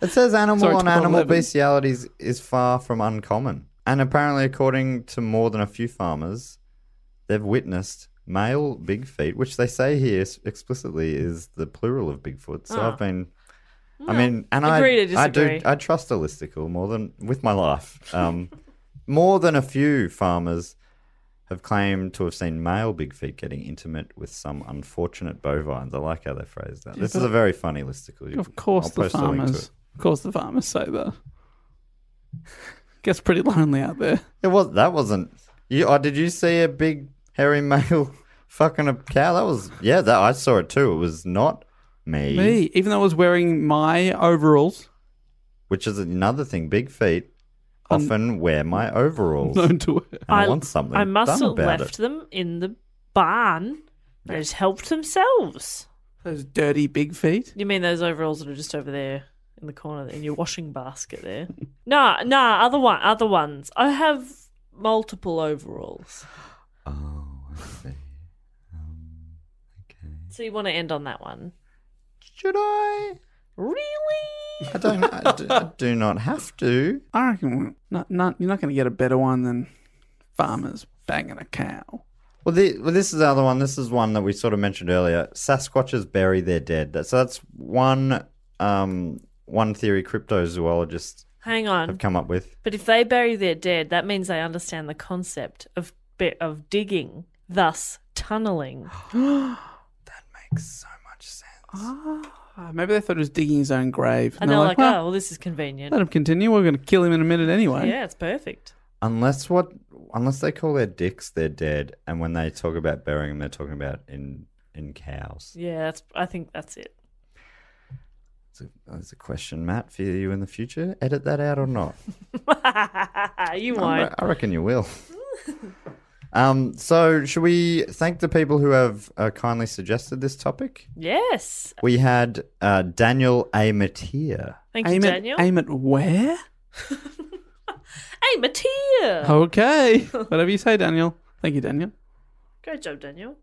E: It says animal
C: Sorry,
E: on
C: top
E: animal
C: 11.
E: bestiality is, is far from uncommon. And apparently, according to more than a few farmers, they've witnessed male big feet, which they say here s- explicitly is the plural of Bigfoot. So
C: Ah.
E: I've been.
C: Hmm.
E: I mean, and
D: Agree to
E: I, I do,
D: disagree.
E: I trust a listicle more than with my life. Um, more than a few farmers have claimed to have seen male big feet getting intimate with some unfortunate bovines. I like how they phrase that. This is a very funny listicle. You-
C: Of course,
E: I'll
C: the
E: post a link to
C: farmers.
E: it.
C: Of course, the farmers say that. Gets pretty lonely out there.
E: It was that wasn't you. Oh, did you see a big hairy male fucking a cow? That was yeah. That I saw it too. It was not me,
C: Me, even though I was wearing my overalls,
E: which is another thing. Big feet often wear my overalls.
C: known to wear.
E: and I, want something.
D: Um, I must
E: done
D: have
E: about
D: left
E: it.
D: them in the barn. They just helped themselves.
C: Those dirty big feet.
D: You mean those overalls that are just over there in the corner in your washing basket there? nah, nah, other one, other ones. I have multiple overalls.
E: Oh, I see. Um, okay.
D: So you want to end on that one?
E: Should I?
D: Really?
E: I don't. I do, I do not have to.
C: I reckon not, not, you're not going to get a better one than farmers banging a cow.
E: Well, the, well, this is the other one. This is one that we sort of mentioned earlier. Sasquatches bury their dead. That- So that's one um, one theory cryptozoologists
D: Hang on.
E: have come up with.
D: But if they bury their dead, that means they understand the concept of bit of digging, thus tunneling.
C: Makes so much sense. Ah, maybe they thought he was digging his own grave.
D: And they're like,
C: well,
D: oh, well, this is
C: let
D: convenient.
C: him continue. We're going to kill him in a minute anyway.
D: Yeah, it's perfect.
E: Unless what, unless they call their dicks their dead, and when they talk about burying them, they're talking about in in cows.
D: Yeah, that's. I think that's it.
E: It's a, that's a question, Matt, for you in the future. Edit that out or not?
D: you
E: I re-
D: won't.
E: I reckon you will. um, so should we thank the people who have uh, kindly suggested this topic?
D: Yes.
E: We had uh, Daniel A. Mateer.
D: Thank you,
C: Aim at,
D: Daniel.
C: aim at where?
D: Aim a tear.
C: Okay. Whatever you say, Daniel. Thank you, Daniel.
D: Great job, Daniel.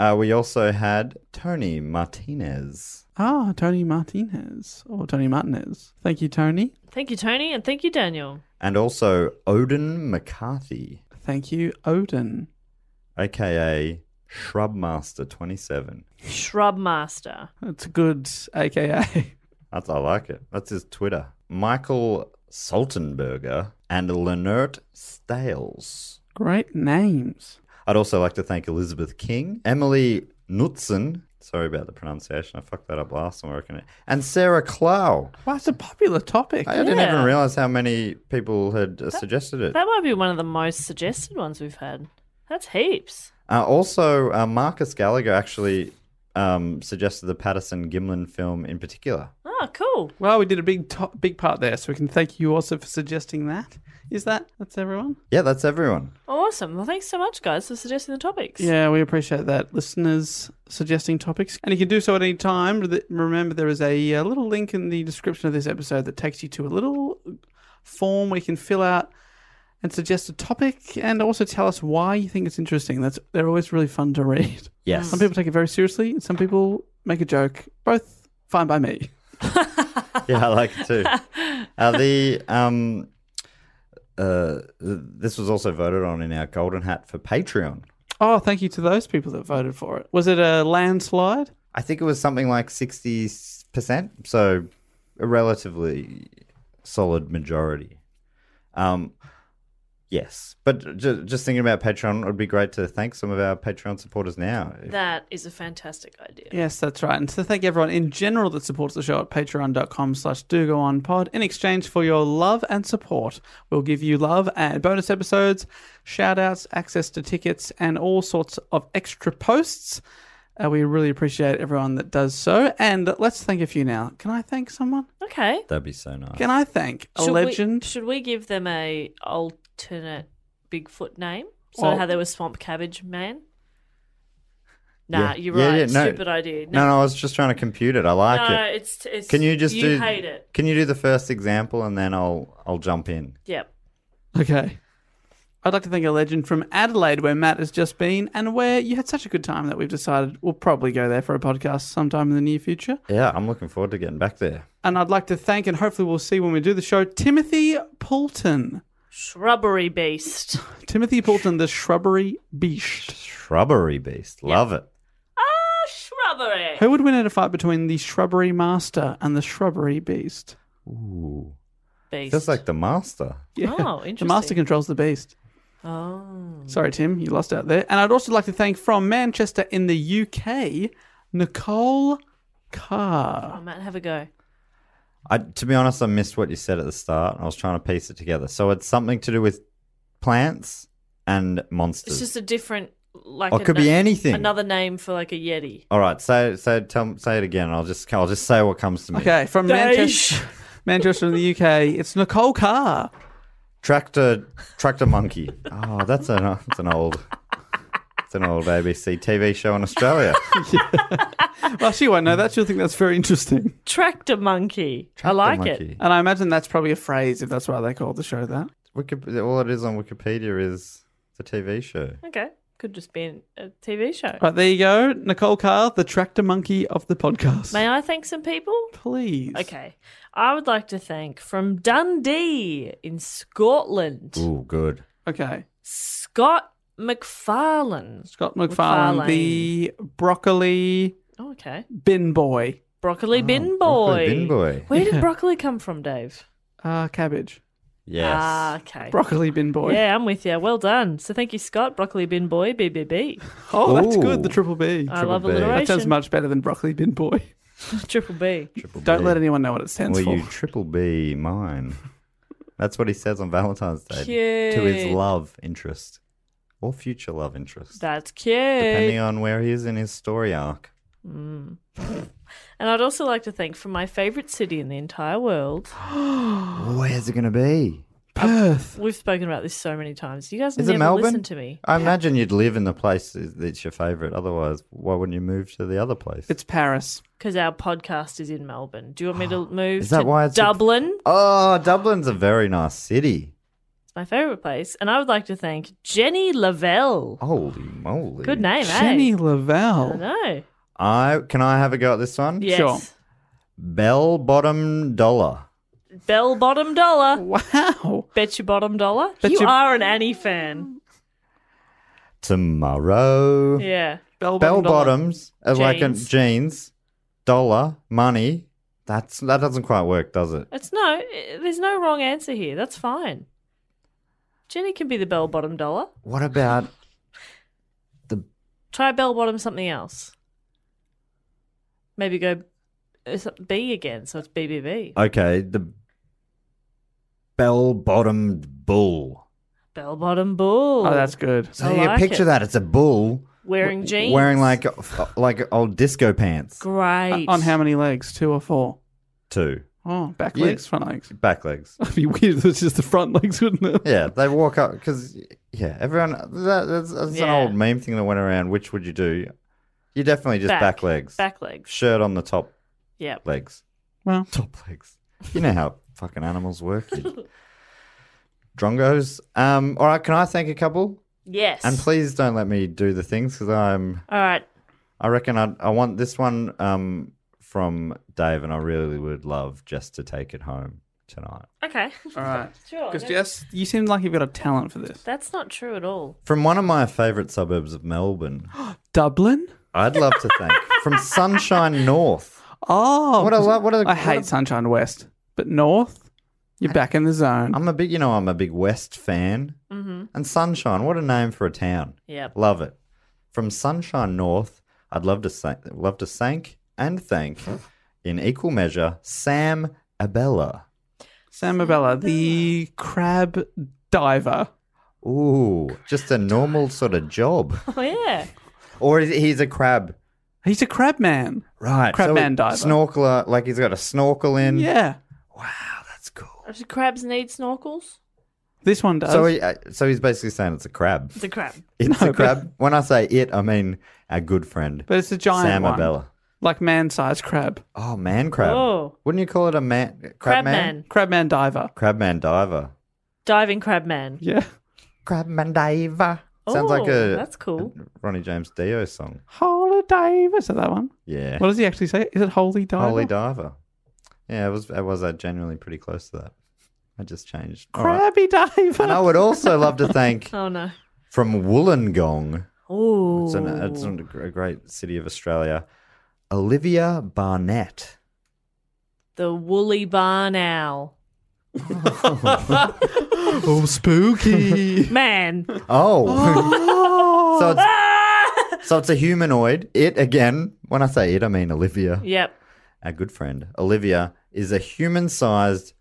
E: Uh, we also had Tony Martinez.
C: Ah, Tony Martinez. Or Tony Martinez. Thank you, Tony.
D: Thank you, Tony, and thank you, Daniel.
E: And also Odin McCarthy,
C: Thank you, Odin.
E: aka Shrubmaster27.
D: Shrub Master.
C: That's a good AKA.
E: That's I like it. That's his Twitter. Michael Sultenberger and Lenert Stales.
C: Great names.
E: I'd also like to thank Elizabeth King, Emily Knudsen. Sorry about the pronunciation. I fucked that up last time, I reckon. And Sarah Clow.
C: Wow, it's a popular topic.
E: I didn't
D: Yeah.
E: even realize how many people had uh, suggested it.
D: That might be one of the most suggested ones we've had. That's heaps.
E: Uh, also, uh, Marcus Gallagher actually um, suggested the Patterson Gimlin film in particular.
D: Oh, cool.
C: Well, we did a big to- big part there, so we can thank you also for suggesting that. Is that that's everyone?
E: Yeah, that's everyone.
D: Awesome. Well, thanks so much, guys, for suggesting the topics.
C: Yeah, we appreciate that. Listeners suggesting topics, and you can do so at any time. Th- Remember, there is a, uh little link in the description of this episode that takes you to a little form we can fill out and suggest a topic, and also tell us why you think it's interesting. That's they're always really fun to read.
E: Yes.
C: Some people take it very seriously, and some people make a joke. Both fine by me.
E: yeah, I like it too. Uh, the um, uh, th- this was also voted on in our golden hat for Patreon.
C: Oh, thank you to those people that voted for it. Was it a landslide?
E: I think it was something like sixty percent, so a relatively solid majority. Um, yes, but ju- just thinking about Patreon, it would be great to thank some of our Patreon supporters now. If-
D: That is a fantastic idea.
C: Yes, that's right. And to thank everyone in general that supports the show at patreon.com slash do go on pod. In exchange for your love and support, we'll give you love and bonus episodes, shout outs, access to tickets, and all sorts of extra posts. Uh, we really appreciate everyone that does so. And let's thank a few now. Can I thank someone?
D: Okay.
E: That'd be so nice.
C: Can I thank a
D: Should we-
C: legend?
D: should we give them a alternate Bigfoot name? So
C: Well-
D: how there was Swamp Cabbage Man. Nah,
E: Yeah.
D: you're
E: Yeah,
D: right.
E: yeah, no.
D: Stupid idea.
E: No, no, I was just trying to compute it. I like
D: No,
E: it.
D: it's- it's-
E: can you just
D: you
E: do?
D: hate it.
E: Can you do the first example and then I'll I'll jump in.
D: Yep.
C: Okay. I'd like to thank a legend from Adelaide where Matt has just been and where you had such a good time that we've decided we'll probably go there for a podcast sometime in the near future.
E: Yeah, I'm looking forward to getting back there.
C: And I'd like to thank, and hopefully we'll see when we do the show, Timothy Poulton.
D: Shrubbery beast.
C: Timothy Poulton, the shrubbery beast.
E: Shrubbery beast, love it.
D: Ah, shrubbery.
C: Who would win in a fight between the shrubbery master and the shrubbery beast?
E: Ooh,
D: Beast.
E: just like the master.
D: Oh,
C: The master
D: interesting.
C: controls the beast.
D: Oh.
C: Sorry, Tim, you lost out there. And I'd also like to thank from Manchester in the UK, Nicole
E: Ah.
C: Carr.
D: oh, Matt, have a go.
E: I, to be honest, I missed what you said at the start. I was trying to piece it together. So it's something to do with plants and monsters.
D: It's just a different, like,
E: Oh, it could be
D: ano-
E: anything.
D: Another name for like a yeti.
E: All right, say say tell say it again. I'll just I'll just say what comes to me.
C: Okay, from
D: Beige.
C: Manchester, Manchester in the UK, it's Nicole Carr.
E: Tractor tractor monkey. Oh, that's an that's an old it's an old ABC TV show in Australia.
C: Well, she won't know that. She'll think that's very interesting.
D: Tractor monkey. I
E: Tractor
D: like it.
E: monkey.
C: And I imagine that's probably a phrase if that's why they called the show that.
E: Wikip- all it is on Wikipedia is the TV show.
D: Okay. Could just be an- a TV show.
C: Right, there you go. Nicole Carr, the tractor monkey of the podcast.
D: May I thank some people?
C: Please.
D: Okay. I would like to thank from Dundee in Scotland,
E: Ooh, good.
C: Okay.
D: Scott McFarlane.
C: Scott McFarlane,
D: McFarlane.
C: the broccoli
D: Oh, okay.
C: bin boy.
D: Broccoli Bin Boy.
E: Oh, Broccoli Bin Boy.
D: Where did broccoli come from, Dave?
C: Uh, cabbage.
E: Yes.
D: Ah, okay.
C: Broccoli bin boy.
D: Yeah, I'm with you. Well done. So thank you, Scott. Broccoli Bin Boy, BBB.
C: Oh, that's good.
E: Ooh.
C: The triple B.
D: I love
E: B.
C: That sounds
D: alliteration.
C: much better than broccoli bin boy.
D: Triple B.
E: Triple
C: Don't
E: B.
C: let anyone know what it stands
E: Will
C: for.
E: you triple B mine? That's what he says on Valentine's Day to his
D: Cute.
E: love interest or future love interest,
D: That's cute.
E: depending on where he is in his story arc.
D: And I'd also like to thank from my favourite city in the entire world.
E: Where's it going to be?
C: Perth.
D: We've spoken about this so many times. You guys
E: Is
D: never
E: it Melbourne?
D: listen to me.
E: I imagine you'd live in the place that's your favorite. Otherwise, why wouldn't you move to the other place?
C: It's Paris.
D: Because our podcast is in Melbourne. Do you want me to move
E: Is that
D: to
E: why it's a-
D: Dublin?
E: oh, Dublin's a very nice city.
D: It's my favourite place. And I would like to thank Jenny Lavelle.
E: Holy moly!
D: Good name,
C: Jenny
D: eh? I
C: Lavelle.
D: know.
E: I can I have a go at this one?
D: Yes.
C: Sure.
E: Bell bottom dollar.
D: Bell bottom dollar.
C: Wow.
D: Bet your bottom dollar.
C: Bet
D: you
C: your-
D: are an Annie fan.
E: Tomorrow.
D: Yeah.
E: Bell bottoms are like a,
D: Jeans.
E: jeans, dollar, money. That's that doesn't quite work, does it?
D: It's no, eh, there's no wrong answer here. That's fine. Jenny can be the bell bottom dollar.
E: What about
D: Try bell bottom something else. Maybe go uh, so- B again, so it's BBB.
E: okay the bell bottomed bull?
D: Bell bottom bull.
C: Oh, that's good.
E: So
D: I
E: you
D: like
E: picture
D: it.
E: that it's a bull
D: Wearing jeans.
E: wearing like like old disco pants.
D: Great.
C: Uh, On how many legs? Two or four?
E: Two
C: Oh, back
E: Yeah.
C: legs, front legs.
E: back legs.
C: That'd be weird if it's just the front legs, wouldn't it?
E: Yeah, they walk up because yeah, everyone. That, that's that's an
D: Yeah.
E: old meme thing that went around. Which would you do? You definitely just back, legs,
D: Back legs.
E: shirt on the top
D: Yeah.
E: legs,
C: Well,
E: top legs. You know how fucking animals work. You drongos. Um. All right. Can I thank a couple?
D: Yes.
E: And please don't let me do the things because I'm.
D: All right.
E: I reckon I I want this one um from Dave and I really would love just to take it home tonight.
D: Okay.
C: all right.
D: Sure.
C: Because yes, you seem like you've got a talent for this.
D: That's not true at all.
E: From one of my favourite suburbs of Melbourne.
C: Dublin.
E: I'd love to thank from Sunshine North.
C: Oh,
E: What a lo- what a-
C: I
E: what
C: hate
E: a-
C: Sunshine West, but North, you're back in the zone.
E: I'm a big, you know, I'm a big West fan. Mm-hmm. And Sunshine, what a name for a town.
D: Yep.
E: Love it. From Sunshine North, I'd love to thank, love to thank and thank in equal measure Sam Abella.
C: Sam Abella, the crab diver.
E: Ooh, just a normal sort of job.
D: Oh, yeah.
E: Or is he's a crab.
C: He's a crab man.
E: Right.
C: Crab
E: so
C: man
E: he-
C: diver.
E: Snorkeler, like he's got a snorkel in.
C: Yeah.
E: Wow, that's cool.
D: Do crabs need snorkels?
C: This one does.
E: So, he, uh, so he's basically saying it's a crab.
D: It's a crab.
E: It's
C: No,
E: a
C: but-
E: crab. When I say it, I mean our good friend.
C: But it's a giant
E: Sam
C: one.
E: Abella.
C: Like man-sized crab.
E: Oh, man crab.
D: Oh.
E: Wouldn't you call it a man? Crab,
D: Crab
E: man?
D: man.
C: Crabman diver.
E: Crabman diver.
D: Diving crab man.
C: Yeah.
E: Crabman diver. Sounds like
D: Oh,
E: a
D: that's cool.
E: a Ronnie James Dio song.
C: Holy diver. Is that that one?
E: Yeah.
C: What does he actually say? Is it holy diver?
E: Holy diver. Yeah, it was. I was uh, genuinely pretty close to that. I just changed. All right.
C: Crabby diver.
E: And I would also love to thank
D: Oh no.
E: from Wollongong.
D: Ooh.
E: It's, an, it's an, a great city of Australia. Olivia Barnett.
D: The woolly barn owl.
E: Oh, spooky.
D: Man.
E: oh. so, it's, so it's a humanoid. It, again, when I say it, I mean Olivia,
D: yep.
E: our good friend. Olivia is a human sized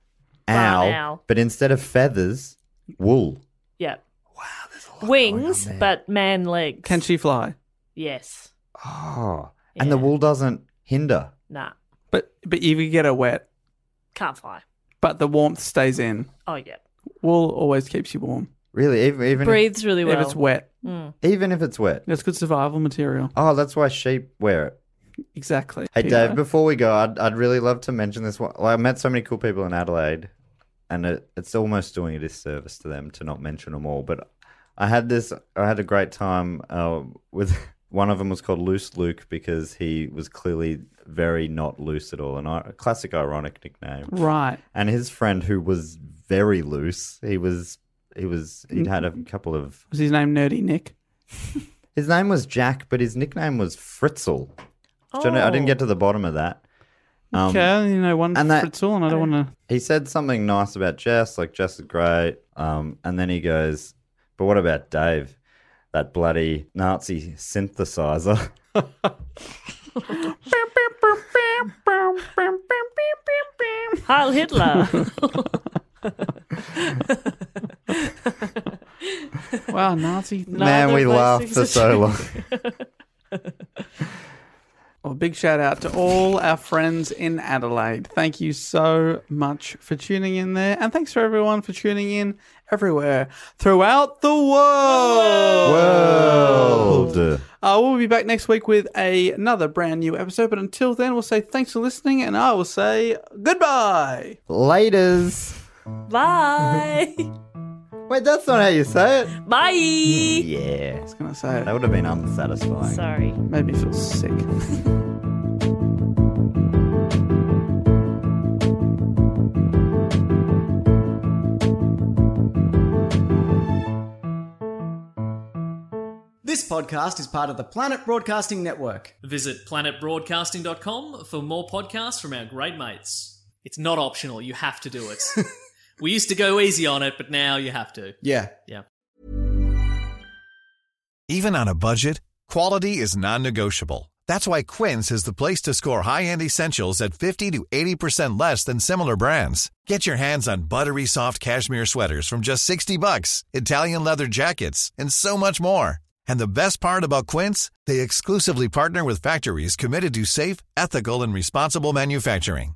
E: owl,
D: Barn owl.
E: but instead of feathers, wool.
D: Yep. Wow. Wings, but man legs.
C: Can she fly?
D: Yes.
E: Oh. And the
D: Yeah.
E: wool doesn't hinder.
D: Nah.
C: But but you could get her wet.
D: Can't fly.
C: But the warmth stays in.
D: Oh yeah.
C: Wool always keeps you warm.
E: Really, even even if,
D: Breathes really well.
C: If it's wet,
E: even if it's wet.
C: it's good survival material.
E: Oh, that's why sheep wear it.
C: Exactly.
E: Hey,
C: Peter.
E: Dave, before we go, I'd, I'd really love to mention this one. Like, I met so many cool people in Adelaide, and it, it's almost doing a disservice to them to not mention them all. But I had this, I had a great time uh, with one of them was called Loose Luke because he was clearly very not loose at all, and I, a classic ironic nickname.
C: Right.
E: And his friend who was very loose, he was, he was, he'd had a couple of.
C: Was his name Nerdy Nick?
E: His name was Jack, but his nickname was Fritzl. Which I don't- I didn't get to the bottom of that. Um,
C: okay, you know, one
E: and that-
C: Fritzl, and I don't want to.
E: he said something nice about Jess, like Jess is great. Um, and then he goes, "But what about Dave, that bloody Nazi synthesizer?"
D: Heil Hitler.
C: Wow, Nazi.
E: Man,
D: Neither
E: we
D: of those
E: laughed
D: things
E: for
D: are
E: so
D: true.
E: long.
C: Well, big shout out to all our friends in Adelaide. Thank you so much for tuning in there. And thanks for everyone for tuning in everywhere throughout the world.
E: World.
C: Uh, we'll be back next week with a, another brand new episode. But until then, we'll say thanks for listening and I will say goodbye.
E: Laters.
D: Bye.
E: Wait, that's not how you say it.
D: Bye.
E: Yeah.
C: I was going to say,
E: That
C: it
E: would have been unsatisfying.
D: Sorry.
C: made me feel sick.
A: This podcast is part of the Planet Broadcasting Network.
B: Visit planetbroadcasting.com for more podcasts from our great mates. It's not optional, you have to do it. we used to go easy on it, but now you have to.
A: Yeah.
B: Yeah.
I: Even on a budget, quality is non-negotiable. That's why Quince is the place to score high-end essentials at 50 to 80% less than similar brands. Get your hands on buttery soft cashmere sweaters from just 60 bucks, Italian leather jackets, and so much more. And the best part about Quince, they exclusively partner with factories committed to safe, ethical, and responsible manufacturing.